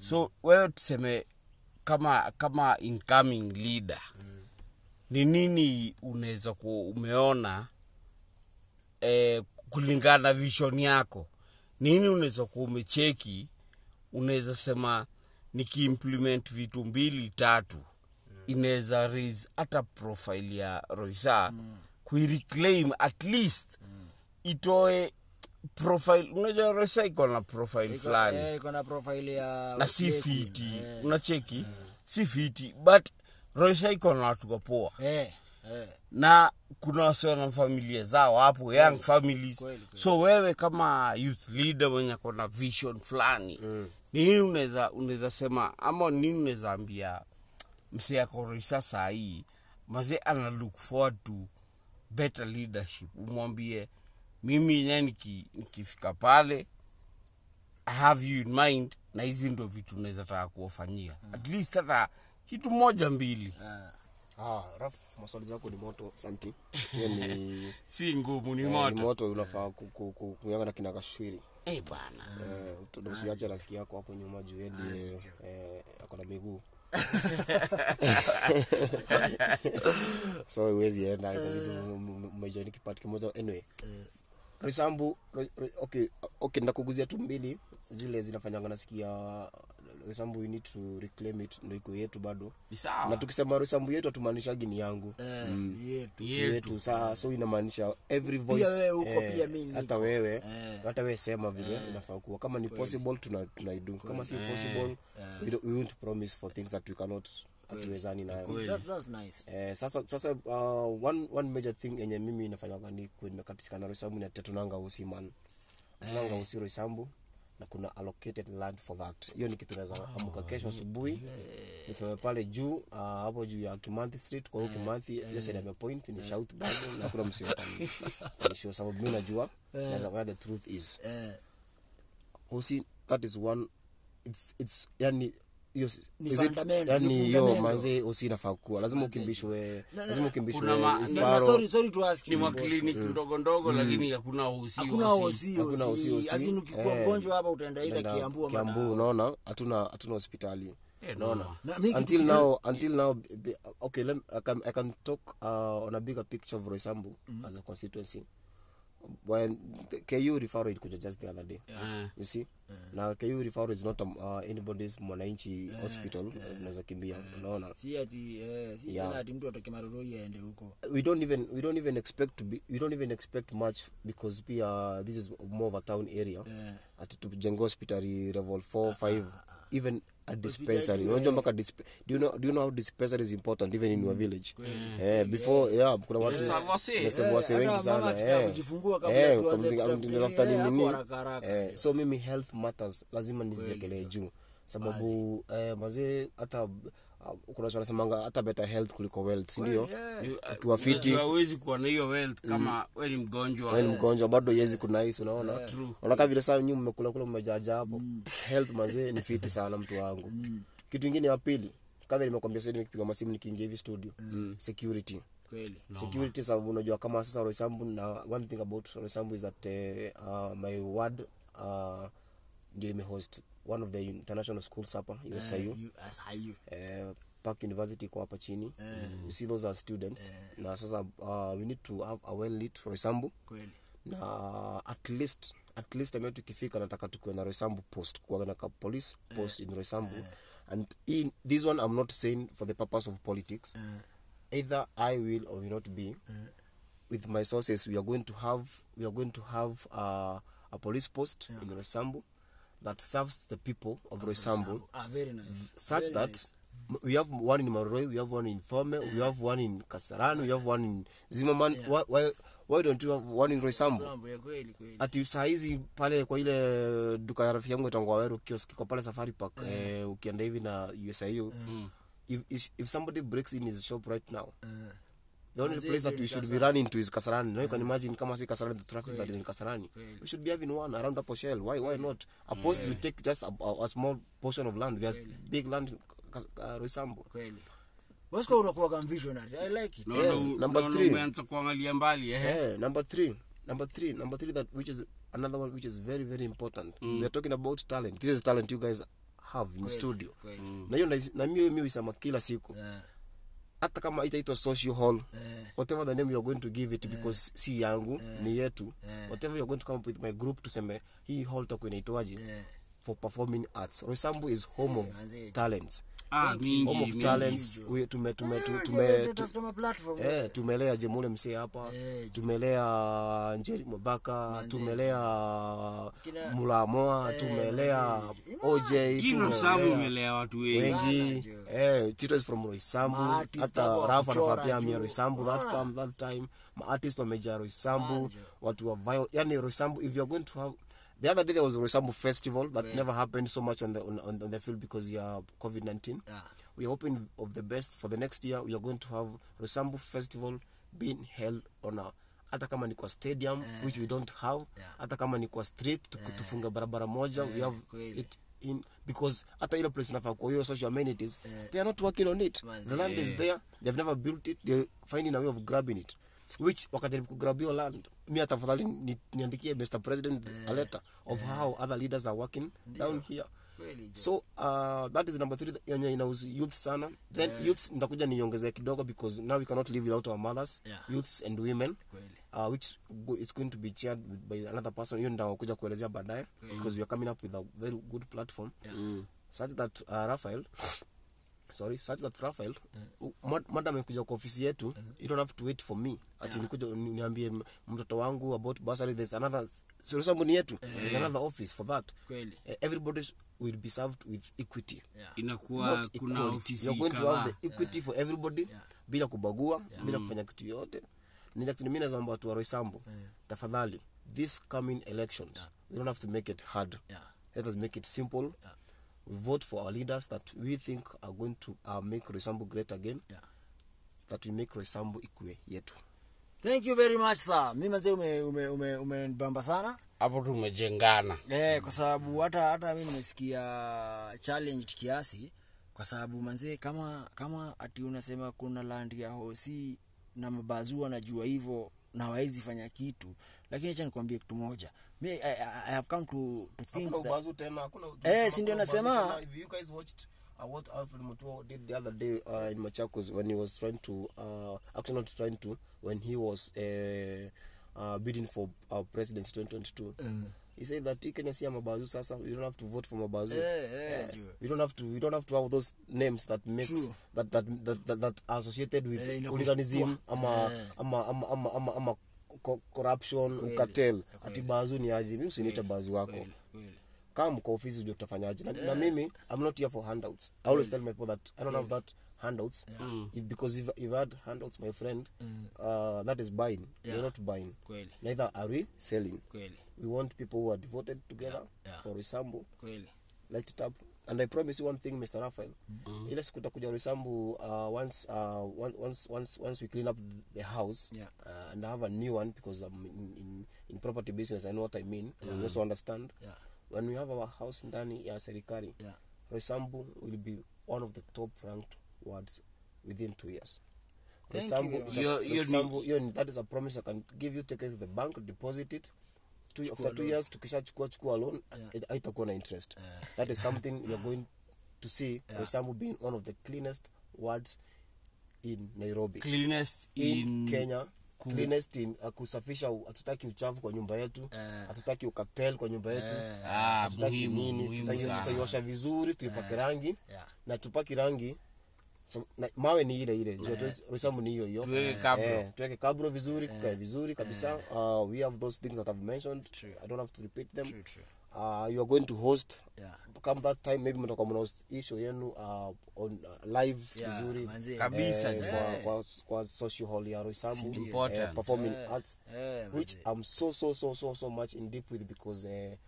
Speaker 2: so wewe tuseme kama kama incoming leader ni nini unaweza kuwa umeona eh, kulingana na vision yako nini unaweza kuwa umecheki unaweza sema nikiimplement vitu mbili tatu inaweza raise hata profile ya roisa mm. kuireclaim at least mm. itoe profile unajua roisa iko na profile
Speaker 1: Iko-
Speaker 2: fulani
Speaker 1: eh, iko na profile ya
Speaker 2: na si
Speaker 1: Ucheku.
Speaker 2: fiti
Speaker 1: Eh,
Speaker 2: unacheki si fiti but roisa iko na watu wapoa
Speaker 1: eh, eh.
Speaker 2: na kuna wasio na familia zao hapo young families
Speaker 1: kweli, kweli.
Speaker 2: so wewe kama youth leader mwenye ako na vision fulani nini unaweza unaweza sema ama nini unaweza ambia msee ako roisa sahii mazee ana look forward to better leadership umwambie mimi yenyewe niki, nikifika pale I have you in mind na hizi ndo vitu naweza taka kuwafanyia at least hata kitu moja mbili
Speaker 3: ah, raf maswali zako ni moto santi hiyo ni
Speaker 2: si ngumu ni
Speaker 3: Eh,
Speaker 2: moto
Speaker 3: ni moto unafaa ku- ku- ku- kunyanga na kinakashwiri
Speaker 2: Eh, bana
Speaker 3: usiache rafiki yako hapo nyuma juu yeye ndiye, eh, ako na miguu so iwezi enda itabidi m- m- mmejoini kipati kimoja anyway risambu ri- ri- okay okay ndakuguzia tu mbili zile zinafanyanga nasikia risambu you need to reclaim it ndo iko yetu bado
Speaker 2: Ni sawa.
Speaker 3: na tukisema risambu yetu hatumaanishangi ni yangu
Speaker 1: Eh,
Speaker 2: Mm.
Speaker 1: ni yetu.
Speaker 2: Yetu.
Speaker 3: yetu saa so inamaanisha every voice eh,
Speaker 1: wewe uko, pia Eh. mimi
Speaker 3: hata wewe hata wewe sema vile inafaa kuwa kama ni possible tuna tunaidu kama si
Speaker 1: Eh.
Speaker 3: possible we, don't, we won't promise for things that we cannot hatuwezani nayo
Speaker 1: That- that's nice.
Speaker 3: Eh, sasa sasa uh, one, one major thing yenye mimi inafanyaga ni nimekatisika na rosambu ni ati tunanga usi man tunanga usi rosambu na kuna allocated land for that hiyo ni kitu naweza amuka kesho asubuhi nisimame pale juu uh, hapo juu ya kimanthi street kwa hiyo kimanthi hiyo side amepoint ni shout bado na kuna msiotanisho sababu mi najua naweza where the truth is
Speaker 1: eh,
Speaker 3: hosi that is one it's, it's yani hiyo is
Speaker 1: Ni
Speaker 3: it-
Speaker 1: fundamento,
Speaker 3: yani
Speaker 1: ni
Speaker 3: hiyo
Speaker 1: fundamento.
Speaker 3: manze hosi inafaa kuwa lazima ukimbishwe
Speaker 1: na-
Speaker 3: lazima ukimbishwe
Speaker 2: kuna ma-
Speaker 1: na- na-
Speaker 3: faro.
Speaker 1: sorry- sorry to ask
Speaker 2: ni
Speaker 1: you,
Speaker 2: mwa
Speaker 1: boss.
Speaker 2: kliniki ndogo ndogo lakini hakuna
Speaker 1: hakuna
Speaker 2: hosi
Speaker 1: hosi
Speaker 3: Mm. Hakuna
Speaker 1: hosi.
Speaker 3: hosi, hosi.
Speaker 1: As in ukikuwa
Speaker 3: Eh.
Speaker 1: mgonjwa hapa utaenda either
Speaker 3: Unaenda
Speaker 1: kiambu ama
Speaker 3: Kiambu, unaona hatuna hatuna hospitali
Speaker 2: Eh,
Speaker 3: unaona
Speaker 2: noma.
Speaker 1: Na mi kitu
Speaker 3: until
Speaker 1: kitu-
Speaker 3: now until now b- b- okay let, I, can, i can talk uh, on a bigger picture of roysambu mm-hmm. as a constituency when the ku referral ilikuja just the other day
Speaker 2: Eh.
Speaker 3: you see na ku referral is not um, uh, anybody's mwananchi
Speaker 1: Eh,
Speaker 3: hospital unaweza kimbia unaona
Speaker 1: si ati eh, si
Speaker 3: Yeah.
Speaker 1: tena ati mtu atoke maroroi aende huko
Speaker 3: we don't even we don't even expect to be we don't even expect much because pia this is more of a town area
Speaker 1: Eh.
Speaker 3: ati tujenga hospitali level
Speaker 1: Ah,
Speaker 3: 4 5 even a dispensary unajua mpaka disp- do you know do you know how dispensary is important even in
Speaker 1: Mm.
Speaker 3: your village eh before yeah kuna watu
Speaker 2: Unasave wase.
Speaker 3: unasave wase
Speaker 1: Eh,
Speaker 3: wengi
Speaker 1: hata mama
Speaker 3: sana
Speaker 1: akitaka
Speaker 3: eh
Speaker 1: kujifungua kabla
Speaker 3: eh
Speaker 1: tuanze
Speaker 3: kabla- kabla-
Speaker 1: kutafuta-
Speaker 3: tafuta
Speaker 1: eh,
Speaker 3: nini
Speaker 1: hapo haraka haraka.
Speaker 3: eh so mimi health matters lazima niziekelee juu sababu eh mazee hata uh, kuna watu wanasemanga hata better health kuliko wealth si ndio
Speaker 1: Eh,
Speaker 3: ukiwa fiti Mm.
Speaker 2: hawezi kuwa na hiyo wealth kama we ni mgonjwa
Speaker 3: wewe ni mgonjwa bado yezi kunahisi unaona
Speaker 2: True.
Speaker 3: unakaa vile saa nyinyi mmekulakula mmejaja hapo health mazee ni fiti sana mtu wangu kitu ingine ya pili kama vile nimekwambia sasa hivi nikipiga masimu nikiingia hivi studio security
Speaker 1: kweli
Speaker 3: security sababu unajua kama sasa roisambu na one thing about roisambu is that eh, uh, my ward uh, ndio imehost one of the international schools hapa usiu
Speaker 1: Eh, you- as are you.
Speaker 3: eh, park university iko hapa chini you see those are students na sasa uh, we need to have a well lit roisambu
Speaker 1: kweli
Speaker 3: na at least at least ambayo tukifika nataka tukiwe na roisambu post kuwa na ka police post in roisambu and in, this one i'm not saying for the purpose of politics either i will or will not be with my sources we are going to have we are going to have uh, a police post in roisambu that serves the people of roisambu
Speaker 1: ah, very nice
Speaker 3: Mm-hmm. such
Speaker 1: Very
Speaker 3: that
Speaker 1: nice.
Speaker 3: m- we have one in Maroi, we have one in Thome, we have one in Kasarani, we have one in Zimmerman. Why, why, why don't you have one in Roysambu?
Speaker 1: mambo ya kweli kweli
Speaker 3: Ati saa hizi pale kwa ile duka ya rafiki yangu itangwa Waweru kiosk kwa pale Safari Park
Speaker 1: Mm.
Speaker 3: eh, ukienda hivi na USIU if, if, if somebody breaks in his shop right now the
Speaker 1: Mm.
Speaker 3: only
Speaker 1: Manze,
Speaker 3: place that
Speaker 1: hiyo
Speaker 3: we
Speaker 1: ni
Speaker 3: should be running to is Kasarani. Now you can imagine kama si Kasarani, the traffic that is in Kasarani.
Speaker 1: Kweli. Mm.
Speaker 3: We should be having one around Apo Shell. Why, why not? A post will take just a, a, a small portion of land. There's big land in Kas- uh, Roysambu.
Speaker 1: kweli wasko unakuwa kama visionary i like it
Speaker 2: Naona u-
Speaker 3: Eh, number
Speaker 2: naona
Speaker 3: three.
Speaker 2: umeanza kuangalia mbali eh?
Speaker 3: Yeah, number three. Number three. Number three that which is another one which is very, very important. We are talking about talent. This is talent you guys have in studio.
Speaker 1: Mm.
Speaker 3: Mm.
Speaker 1: kweli.
Speaker 3: Na hiyo nais- na mimi mimi huisema kila siku.
Speaker 1: Eh,
Speaker 3: hata kama itaitwa social hall
Speaker 1: Eh.
Speaker 3: whatever the name you are going to give it because si yangu ni yetu
Speaker 1: Eh.
Speaker 3: whatever you are going to come up with my group tuseme hii hall takuwa inaitwaje for performing arts Roysambu is home of
Speaker 1: Eh. manze.
Speaker 3: talents
Speaker 2: Ah, mingi,
Speaker 3: home of
Speaker 2: mingi.
Speaker 3: talents We- tume tume
Speaker 1: Ah,
Speaker 3: tu-
Speaker 1: yeah,
Speaker 3: tume tu-
Speaker 1: tutatafuta ma platform
Speaker 3: Eh, tumelea jemule msee hapa
Speaker 1: Eh.
Speaker 3: tumelea njeri mobaka tumelea
Speaker 1: Kina- Eh,
Speaker 3: mulamoa tumelea oj
Speaker 2: Hii ndo sababu
Speaker 3: tumelea
Speaker 2: umelea watu wengi
Speaker 1: Sana
Speaker 3: wengi
Speaker 1: ndio.
Speaker 3: eh, Chito is from Roysambu
Speaker 1: Ma-artist hapo
Speaker 3: hata
Speaker 1: wa
Speaker 3: Rafa
Speaker 1: kuchora
Speaker 3: anakwambia mia
Speaker 1: juu.
Speaker 3: Roysambu that
Speaker 1: Ah.
Speaker 3: time that time maartist wamejaa
Speaker 1: Ah,
Speaker 3: Roysambu
Speaker 1: ndio.
Speaker 3: watu wa vio yani Roysambu if you're going to have the other day there was a Roysambu festival that never happened so much on the on, on, on the field because ya COVID-19
Speaker 1: Yeah.
Speaker 3: we are hoping of the best for the next year we are going to have Roysambu festival being held on a hata kama ni kwa stadium which we don't have hata kama ni kwa street tu- tufunge barabara moja we have
Speaker 1: kweli.
Speaker 3: it in because hata ile place inafaa kwa hiyo social amenities
Speaker 1: Eh.
Speaker 3: they are not working on it
Speaker 1: Manze.
Speaker 3: the land is there they've never built it they're finding a way of grabbing it which wakajaribu kugrab hiyo land mi tafadhali ni- niandikie mr president
Speaker 1: Eh.
Speaker 3: a letter of how other leaders are working down here
Speaker 1: Kweli, jo.
Speaker 3: so uh, that is number three yenye inahusu youth sana then
Speaker 1: Eh.
Speaker 3: youth nitakuja niongezee kidogo because now we cannot live without our mothers
Speaker 1: Yeah.
Speaker 3: youths and women
Speaker 1: Kweli.
Speaker 3: uh, which go, it's going to be chaired with- by another person hiyo ndakuja kuelezea baadaye
Speaker 1: Mm.
Speaker 3: because we are coming up with a very good platform mm. such that uh, rafael sorry such that rafael
Speaker 1: Mm.
Speaker 3: u- mad- madam amekuja kwa ofisi yetu you don't have to wait for me ati nikuja ni- niambie m- mtoto wangu about bursary there's another s- sio sababu ni yetu there's another office for that
Speaker 1: Eh. Kweli.
Speaker 3: Eh, everybody will be served with equity
Speaker 2: inakuwa
Speaker 3: not
Speaker 2: kuna
Speaker 3: equality.
Speaker 2: ofisi
Speaker 3: You're going to
Speaker 2: kadhaa.
Speaker 3: have the equity for everybody bila kubagua bila kufanya kitu yoyote mi nazaomba watu wa roisambu tafadhali this coming elections we don't have to make it hard
Speaker 1: Yeah.
Speaker 3: let us make it simple we vote for our leaders that we think are going to uh, make roisambu great again
Speaker 1: Yeah.
Speaker 3: that we make roisambu ikue yetu
Speaker 1: thank you very much sir mi mazee umenibamba ume, ume, umenibamba sana
Speaker 2: hapo tumejengana
Speaker 3: Mm.
Speaker 1: eh, kwa sababu hata hata mi nimesikia challenged kiasi kwa sababu manzee kama kama ati unasema kuna land ya hosi na mabazuu wanajua hivyo na waezi fanya kitu lakini acha nikwambie kitu moja mi I, I, I have come to, to think
Speaker 3: Hakuna
Speaker 1: that,
Speaker 3: ubazu tena, hakuna-
Speaker 1: Eh, si ndio
Speaker 3: hakuna ubazu
Speaker 1: nasema.
Speaker 3: tena. If you guys watched, uh, what Alfred Mutua did the other day uh, in Machakos when he was trying to uh, actually not trying to when he was uh, uh, bidding for uh, presidency 2022
Speaker 1: Eh.
Speaker 3: he said that hii Kenya si ya mabazu sasa you don't have to vote for mabazu
Speaker 1: Eh, eh, juu.
Speaker 3: you don't have to you don't have to have those names that makes
Speaker 1: True.
Speaker 3: that that, that that that are associated with
Speaker 1: Eh, inakushtua.
Speaker 3: hooliganism ama
Speaker 1: Eh.
Speaker 3: ama ama ama ama, ama co- corruption ukatel ati bazu ni aji mimi usiniite bazu wako
Speaker 1: Kweli, kweli. Eh.
Speaker 3: come kwa ofisi ujue tutafanyaje na, na mimi i'm not here for handouts i always tell my people that i don't have that handouts Mm. if, because if, if i had handouts my friend uh, that is buying
Speaker 1: Mm. Yeah.
Speaker 3: we're not buying
Speaker 1: Kweli.
Speaker 3: neither are we selling
Speaker 1: kweli
Speaker 3: we want people who are devoted together
Speaker 1: Yeah.
Speaker 3: for resambu
Speaker 1: kweli
Speaker 3: light it up and i promise you one thing mr rafael
Speaker 1: Mm.
Speaker 3: ile siku takuja resambu uh, once, uh, on- once, once, once we clean up the house
Speaker 1: Yeah.
Speaker 3: uh, and i have a new one because i'm in, in, in property business i know what i mean and you also understand
Speaker 1: Yeah.
Speaker 3: when we have our house ndani ya serikali
Speaker 1: Yeah.
Speaker 3: resambu will be one of the top ranked wards within two years
Speaker 1: Thank you
Speaker 3: Roysambu
Speaker 1: very
Speaker 3: is
Speaker 2: much.
Speaker 3: a-
Speaker 2: Yo- yo ni-
Speaker 3: Roysambu- yo ni- that is a promise i can give you take it to the bank deposit it two, after two years tukishachukua chukua loan it- haitakuwa na interest that is something you're going to see yeah. Roysambu being one of the cleanest wards in nairobi
Speaker 2: cleanest
Speaker 3: in,
Speaker 2: in
Speaker 3: kenya cleanest in uh, kusafisha u- hatutaki uchafu kwa nyumba yetu hatutaki ukatel kwa nyumba yetu
Speaker 2: Eh. Ah,
Speaker 3: hatutaki
Speaker 2: muhimu,
Speaker 3: nini
Speaker 2: muhimu
Speaker 3: tutaiosha-
Speaker 2: sana. Eh.
Speaker 3: tutaiosha vizuri tuipake rangi
Speaker 1: yeah.
Speaker 3: na tupaki rangi so, na, mawe ni ile ile rosamu ni hiyo hiyo
Speaker 2: Eh. Tuweke kabro. Eh.
Speaker 3: Eh, tuweke kabro vizuri kukae vizuri kabisa uh, we have those things that i've mentioned i don't have to repeat them
Speaker 1: True, true.
Speaker 3: Uh, you are going to host
Speaker 1: Yeah.
Speaker 3: come that time maybe mtakuwa mnahost hii show yenu uh, on uh, live
Speaker 1: Yeah,
Speaker 3: vizuri
Speaker 1: manzee.
Speaker 2: Kabisa,
Speaker 3: eh,
Speaker 2: yeah.
Speaker 3: kwa, kwa, kwa social hall ya Roysambu
Speaker 2: Sindio. Important.
Speaker 3: eh, performing arts
Speaker 1: eh,
Speaker 3: which I'm so so so so so much in deep with because eh,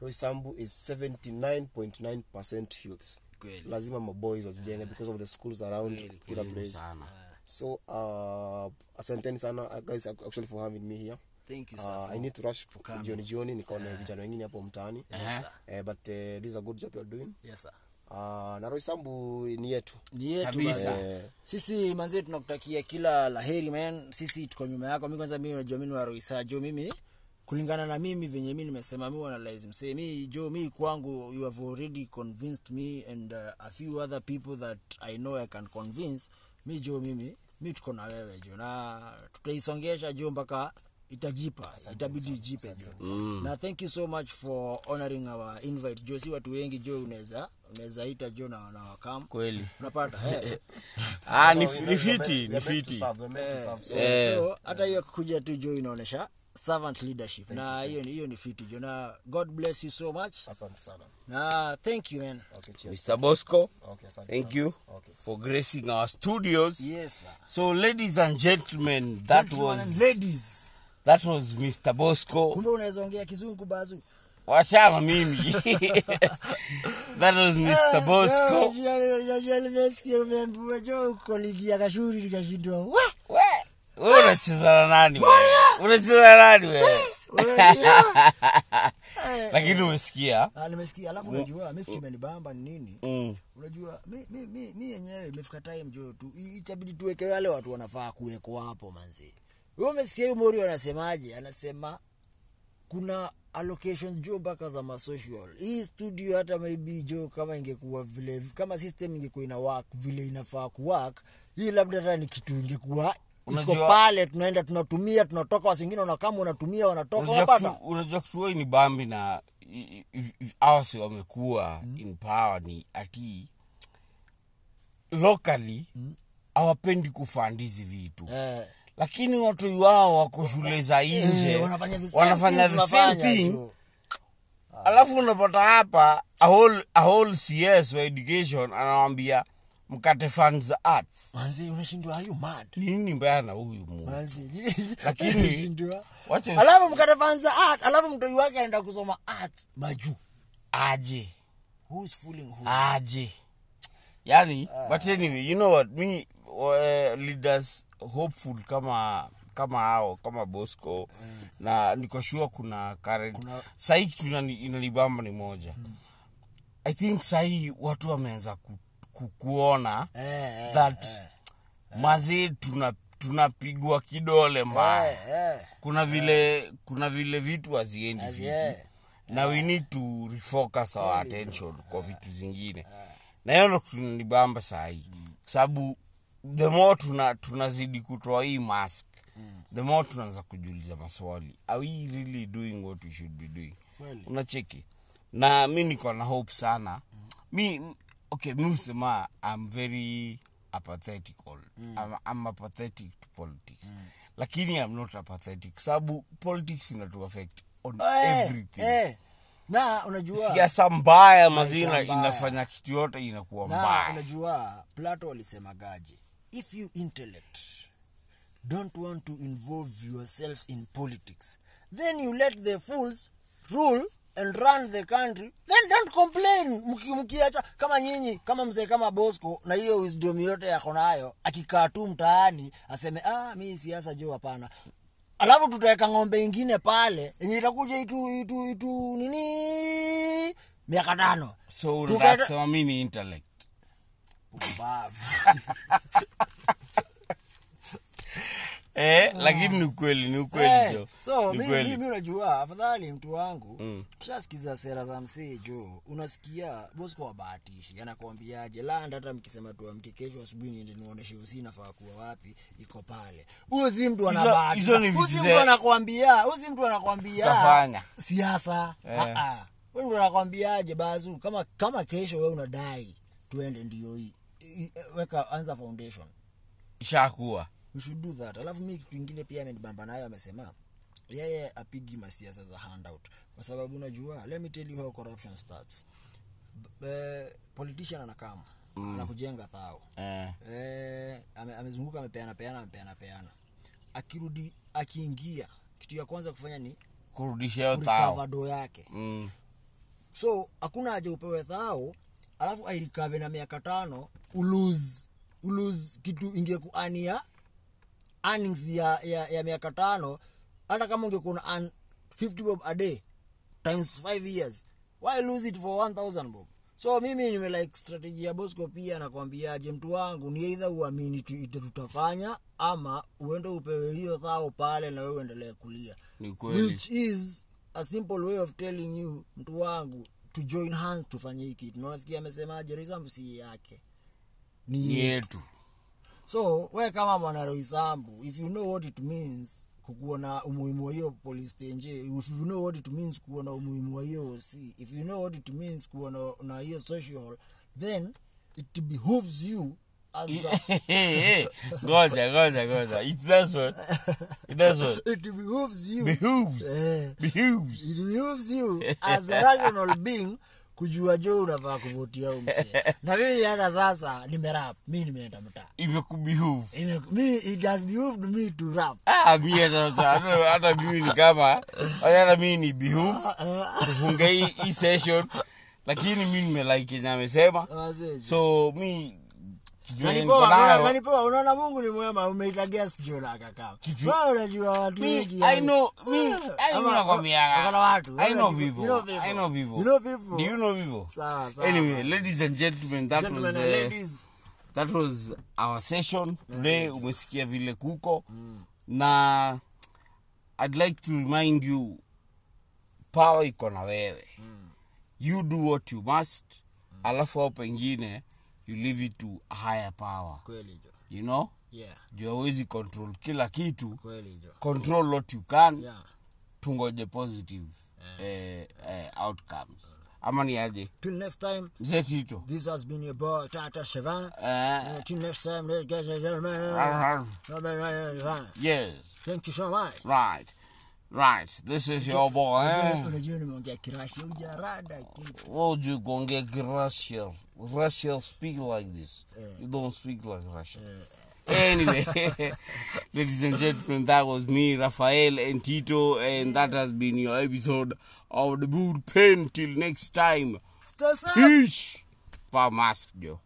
Speaker 3: Roysambu is 79.9% youths
Speaker 1: Kweli.
Speaker 3: lazima maboys
Speaker 1: Ah.
Speaker 3: wazijenge because of the schools around kila place
Speaker 2: sana
Speaker 3: so uh, asanteni sana uh, guys ac- actually for having me here
Speaker 1: thank you sir
Speaker 3: Uh, I
Speaker 1: for-
Speaker 3: need to rush
Speaker 1: for coming. Eh.
Speaker 3: jioni jioni nikaone vijana wengine hapo mtaani
Speaker 1: Yes, sir.
Speaker 3: Eh, but eh, this is a good job you're doing
Speaker 1: yes sir
Speaker 3: uh, na Roysambu ni yetu
Speaker 1: ni yetu
Speaker 2: Kabisa.
Speaker 1: bana.
Speaker 3: Eh.
Speaker 1: sisi manzie tunakutakia kila laheri man sisi tuko nyuma yako mi kwanza mi unajua mi ni waroisa jo mimi kulingana na mimi venye mi nimesema mi wanalize msee mi jo mi kwangu you have already convinced me and uh, a few other people that i know i can convince mi jo mimi mi tuko na wewe jo na tutaisongesha jo mpaka itajipa itabidi ijipe jo na thank you so much for honoring our invite jo si watu wengi jo unaweza unaweza ita jo na wanawakam
Speaker 2: kweli
Speaker 1: unapata eh.
Speaker 2: ah, ni,
Speaker 3: No, you know,
Speaker 2: ni
Speaker 3: we are meant-
Speaker 2: fiti
Speaker 3: we
Speaker 2: ni
Speaker 3: are meant to
Speaker 2: fiti
Speaker 3: serve, we are meant to serve. So,
Speaker 2: Eh.
Speaker 1: so hata hiyo kukuja tu jo inaonyesha servant leadership na hiyo ni hiyo ni fiti jo na god bless you so much
Speaker 3: asante sana
Speaker 1: na thank you man
Speaker 3: okay cheers
Speaker 2: mr bosco
Speaker 3: okay asante
Speaker 2: thank you
Speaker 3: Okay.
Speaker 2: for gracing our studios
Speaker 1: yes sir
Speaker 2: so ladies and gentlemen that
Speaker 1: Gentlemen and
Speaker 2: was
Speaker 1: ladies
Speaker 2: that was mr bosco
Speaker 1: kumbe unaweza ongea kizungu bazu
Speaker 2: wachana mimi that was
Speaker 1: Ah,
Speaker 2: mr bosco
Speaker 1: nimesikia umeambiwa jo uko ligi ya kashuri nikashindwa we
Speaker 2: We, wewe unachezana nani wewe? unachezana nani wewe
Speaker 1: Unajua? Eh.
Speaker 2: lakini umesikia
Speaker 1: Ah, nimesikia alafu unajua mi kitu imenibamba ni nini
Speaker 2: mm.
Speaker 1: unajua mi- mi- mi mi yenyewe imefika time jo tu i- itabidi tuweke wale watu wanafaa kuwekwa hapo manzi wewe umesikia huyu mori anasemaje anasema kuna allocation jo mpaka za masocial hii studio hata maybe jo kama ingekuwa vile kama system ingekuwa ina work vile inafaa kuwork hii labda hata ni kitu ingekuwa iko
Speaker 2: Unajua-
Speaker 1: pale tunaenda tunatumia tunatoka wasingine wanakama unatumia wanatoka
Speaker 2: unajua
Speaker 1: unapata
Speaker 2: kitu- unajua kituo ni bambi na i- i- i- hawa si wamekuwa
Speaker 1: Mm.
Speaker 2: in power ni ati locally hawapendi kufund hizi vitu
Speaker 1: Mm. eh,
Speaker 2: lakini watu wao wako shule za nje
Speaker 1: eh, wanafanya the same
Speaker 2: wanafanya
Speaker 1: thing
Speaker 2: the same
Speaker 1: tunafanya,
Speaker 2: thing
Speaker 1: jo.
Speaker 2: alafu unapata hapa a whole, a whole cs wa education anawambia mkate fund za arts
Speaker 1: manzi unashindwa ayu mad
Speaker 2: nini mbaya na huyu mu
Speaker 1: Manzi.
Speaker 2: Lakini-
Speaker 1: Nilishindwa.
Speaker 2: wacha-
Speaker 1: alafu mkatafanza art alafu mtoi wake anaenda kusoma art majuu
Speaker 2: aje
Speaker 1: who's fooling
Speaker 2: Ah.
Speaker 1: who
Speaker 2: aje yani
Speaker 1: Ah.
Speaker 2: but anyway you know what me uh, leaders hopeful kama kama hao kama bosco na niko sure kuna current
Speaker 1: Mm. Kuna- Mm.
Speaker 2: sahii kitu inani- inanibamba ni moja i think sahii watu wameanza ku, ku, kuona
Speaker 1: eh, eh,
Speaker 2: that mazee tuna tunapigwa kidole mbaya
Speaker 1: eh, eh.
Speaker 2: kuna vile kuna vile vitu haziendi
Speaker 1: Hazi-
Speaker 2: vizuri.
Speaker 1: yeah.
Speaker 2: na we need to refocus our attention kwa vitu zingine na hiyo ndo tunibamba sahii kwa sababu the more tuna, tunazidi kutoa hii mask
Speaker 1: Mm.
Speaker 2: the more tunaanza kujiuliza maswali are we really doing what we should be doing
Speaker 1: Kweli.
Speaker 2: unacheki na mi niko na hope sana mi okay mi msema i'm very apathetical
Speaker 1: Mm.
Speaker 2: I'm, I'm apathetic to politics lakini i'm not apathetic kwa sababu politics inatu affect on
Speaker 1: Eh,
Speaker 2: everything
Speaker 1: eh. na unajua
Speaker 2: siasa mbaya mazina
Speaker 1: Maisha mbaya.
Speaker 2: inafanya kitu yote inakuwa
Speaker 1: na
Speaker 2: mbaya
Speaker 1: unajua plato alisemagaje if you intellect don't want to involve yourselves in politics then you let the fools rule and run the country then don't complain Mki- mkiacha kama nyinyi kama mzee kama bosco na hiyo wisdom yote yako nayo akikaa tu mtaani aseme ah mi siasa jo hapana alafu tutaweka ng'ombe ingine pale yenye itakuja itu, itu, itu nini miaka tano
Speaker 2: so
Speaker 1: Tukata-
Speaker 2: unataka kusema mi ni intellect
Speaker 1: Pumbavu.
Speaker 2: eh, lakini ni ukweli ni
Speaker 1: Ah. Eh,
Speaker 2: ukweli jo
Speaker 1: so
Speaker 2: ni Mm.
Speaker 1: mi-
Speaker 2: ukweli
Speaker 1: mi- mi unajua afadhali mtu wangu tushasikiza sera za msee juu unasikia bosco wabahatishi anakwambiaje land hata mkisema tuamke kesho asubuhi niende nionyeshe usi nafaa kuwa wapi iko pale uzi mtu
Speaker 2: Hizo-
Speaker 1: anabahati
Speaker 2: hizo ni vitu
Speaker 1: uzi mtu
Speaker 2: za-
Speaker 1: anakwambia uzi mtu anakwambia
Speaker 2: Utafanya.
Speaker 1: siasa
Speaker 2: Eh.
Speaker 1: Ah, ah. Wewe ndo nakwambiaje bazu kama kama kesho wewe unadai tuende ndio hii I- weka anza foundation
Speaker 2: ishakuwa
Speaker 1: we should do that alafu mi kitu ingine pia amenibamba nayo amesema yeye apigi masiasa za handout kwa sababu unajua let me tell you how corruption starts B- eh, politician anakam mm. anakujenga thao
Speaker 2: eh.
Speaker 1: eh, ame, amezunguka amepeana peana amepeana peana akirudi akiingia kitu ya kwanza kufanya ni
Speaker 2: kurudisha hiyo thao
Speaker 1: kurikavado yake
Speaker 2: mm.
Speaker 1: so hakuna haja upewe thao alafu airikave na miaka tano ulose ulose kitu ingekuania earnings ya, ya, ya miaka tano hata kama ungekuwa na earn 50 bob a day times 5 years why lose it for 1000 bob so mimi nime like strategy ya bosco pia nakwambiaje mtu wangu ni eidha uamini tu- ite tutafanya ama uende upewe hiyo thao pale na wewe uendelee kulia
Speaker 2: Ni kweli.
Speaker 1: which is a simple way of telling you mtu wangu to join hands tufanye hii kitu naonasikia amesema jerusalem si yake ni
Speaker 2: ni
Speaker 1: yetu
Speaker 2: yetu
Speaker 1: so we kama mwanaroisambu if you know what it means kukuwa na umuhimu wa hiyo polistenje if you know what it means kuwa na umuhimu wa hiyo OC, if you know what it means kuwa na, na hiyo social then it behooves you as a,
Speaker 2: ngoja ngoja ngoja It does what- it does what
Speaker 1: it behooves you
Speaker 2: behooves
Speaker 1: eh,
Speaker 2: behooves
Speaker 1: it behooves you as a rational being kujua jo unafaa kuvutia umse na mimi hata sasa nimerap mi nimeenda mtaa
Speaker 2: imekubehove
Speaker 1: Ime- mi it has behooved me to rap
Speaker 2: Ah, mi hata hata- hata mimi ni kama hata mimi ni behove kufunga hii hii session lakini mi nimelike yenye amesema
Speaker 1: Wazee.
Speaker 2: so mi kitu yenye niko nayo-
Speaker 1: nanipoa unaona mungu ni mwema umeitagia sijona kakama unajua watu
Speaker 2: Mi-
Speaker 1: wengi
Speaker 2: I
Speaker 1: yani.
Speaker 2: know- mi-
Speaker 1: Ah,
Speaker 2: I know
Speaker 1: ama-
Speaker 2: nakwambiaga.
Speaker 1: wakala watu
Speaker 2: I know
Speaker 1: Unajua-
Speaker 2: people.
Speaker 1: you know people.
Speaker 2: I know people.
Speaker 1: You know people.
Speaker 2: Do you know people?
Speaker 1: Sawa, sawa.
Speaker 2: Anyway, ladies and gentlemen, that
Speaker 1: Gentlemen
Speaker 2: was,
Speaker 1: and
Speaker 2: uh,
Speaker 1: ladies.
Speaker 2: that was our session today. Umesikia vile kuko na I'd like to remind you power iko na wewe. You do what you must, alafu hapo pengine you leave it to a higher power.
Speaker 1: kweli jo
Speaker 2: You know?
Speaker 1: yeah
Speaker 2: Juu hawezi control kila kitu.
Speaker 1: kweli jo
Speaker 2: Control what you can
Speaker 1: yeah
Speaker 2: tungoje positive eh, eh, outcomes ama ni aje
Speaker 1: till next time
Speaker 2: mzee tito
Speaker 1: this has been your boy tata shevan
Speaker 2: eh,
Speaker 1: uh, till next time let's get it done.
Speaker 2: rar, yes
Speaker 1: thank you so much
Speaker 2: right right this is your boy eh?
Speaker 1: unajua nimeongea kirashi ujarada kitu
Speaker 2: What you gonna get Russia? Russia speak like this. You don't speak like Russia. Anyway, ladies and gentlemen, that was me, Rafael and Tito, and that has been your episode of the bull pain till next time
Speaker 1: Sasa-
Speaker 2: ish famask jo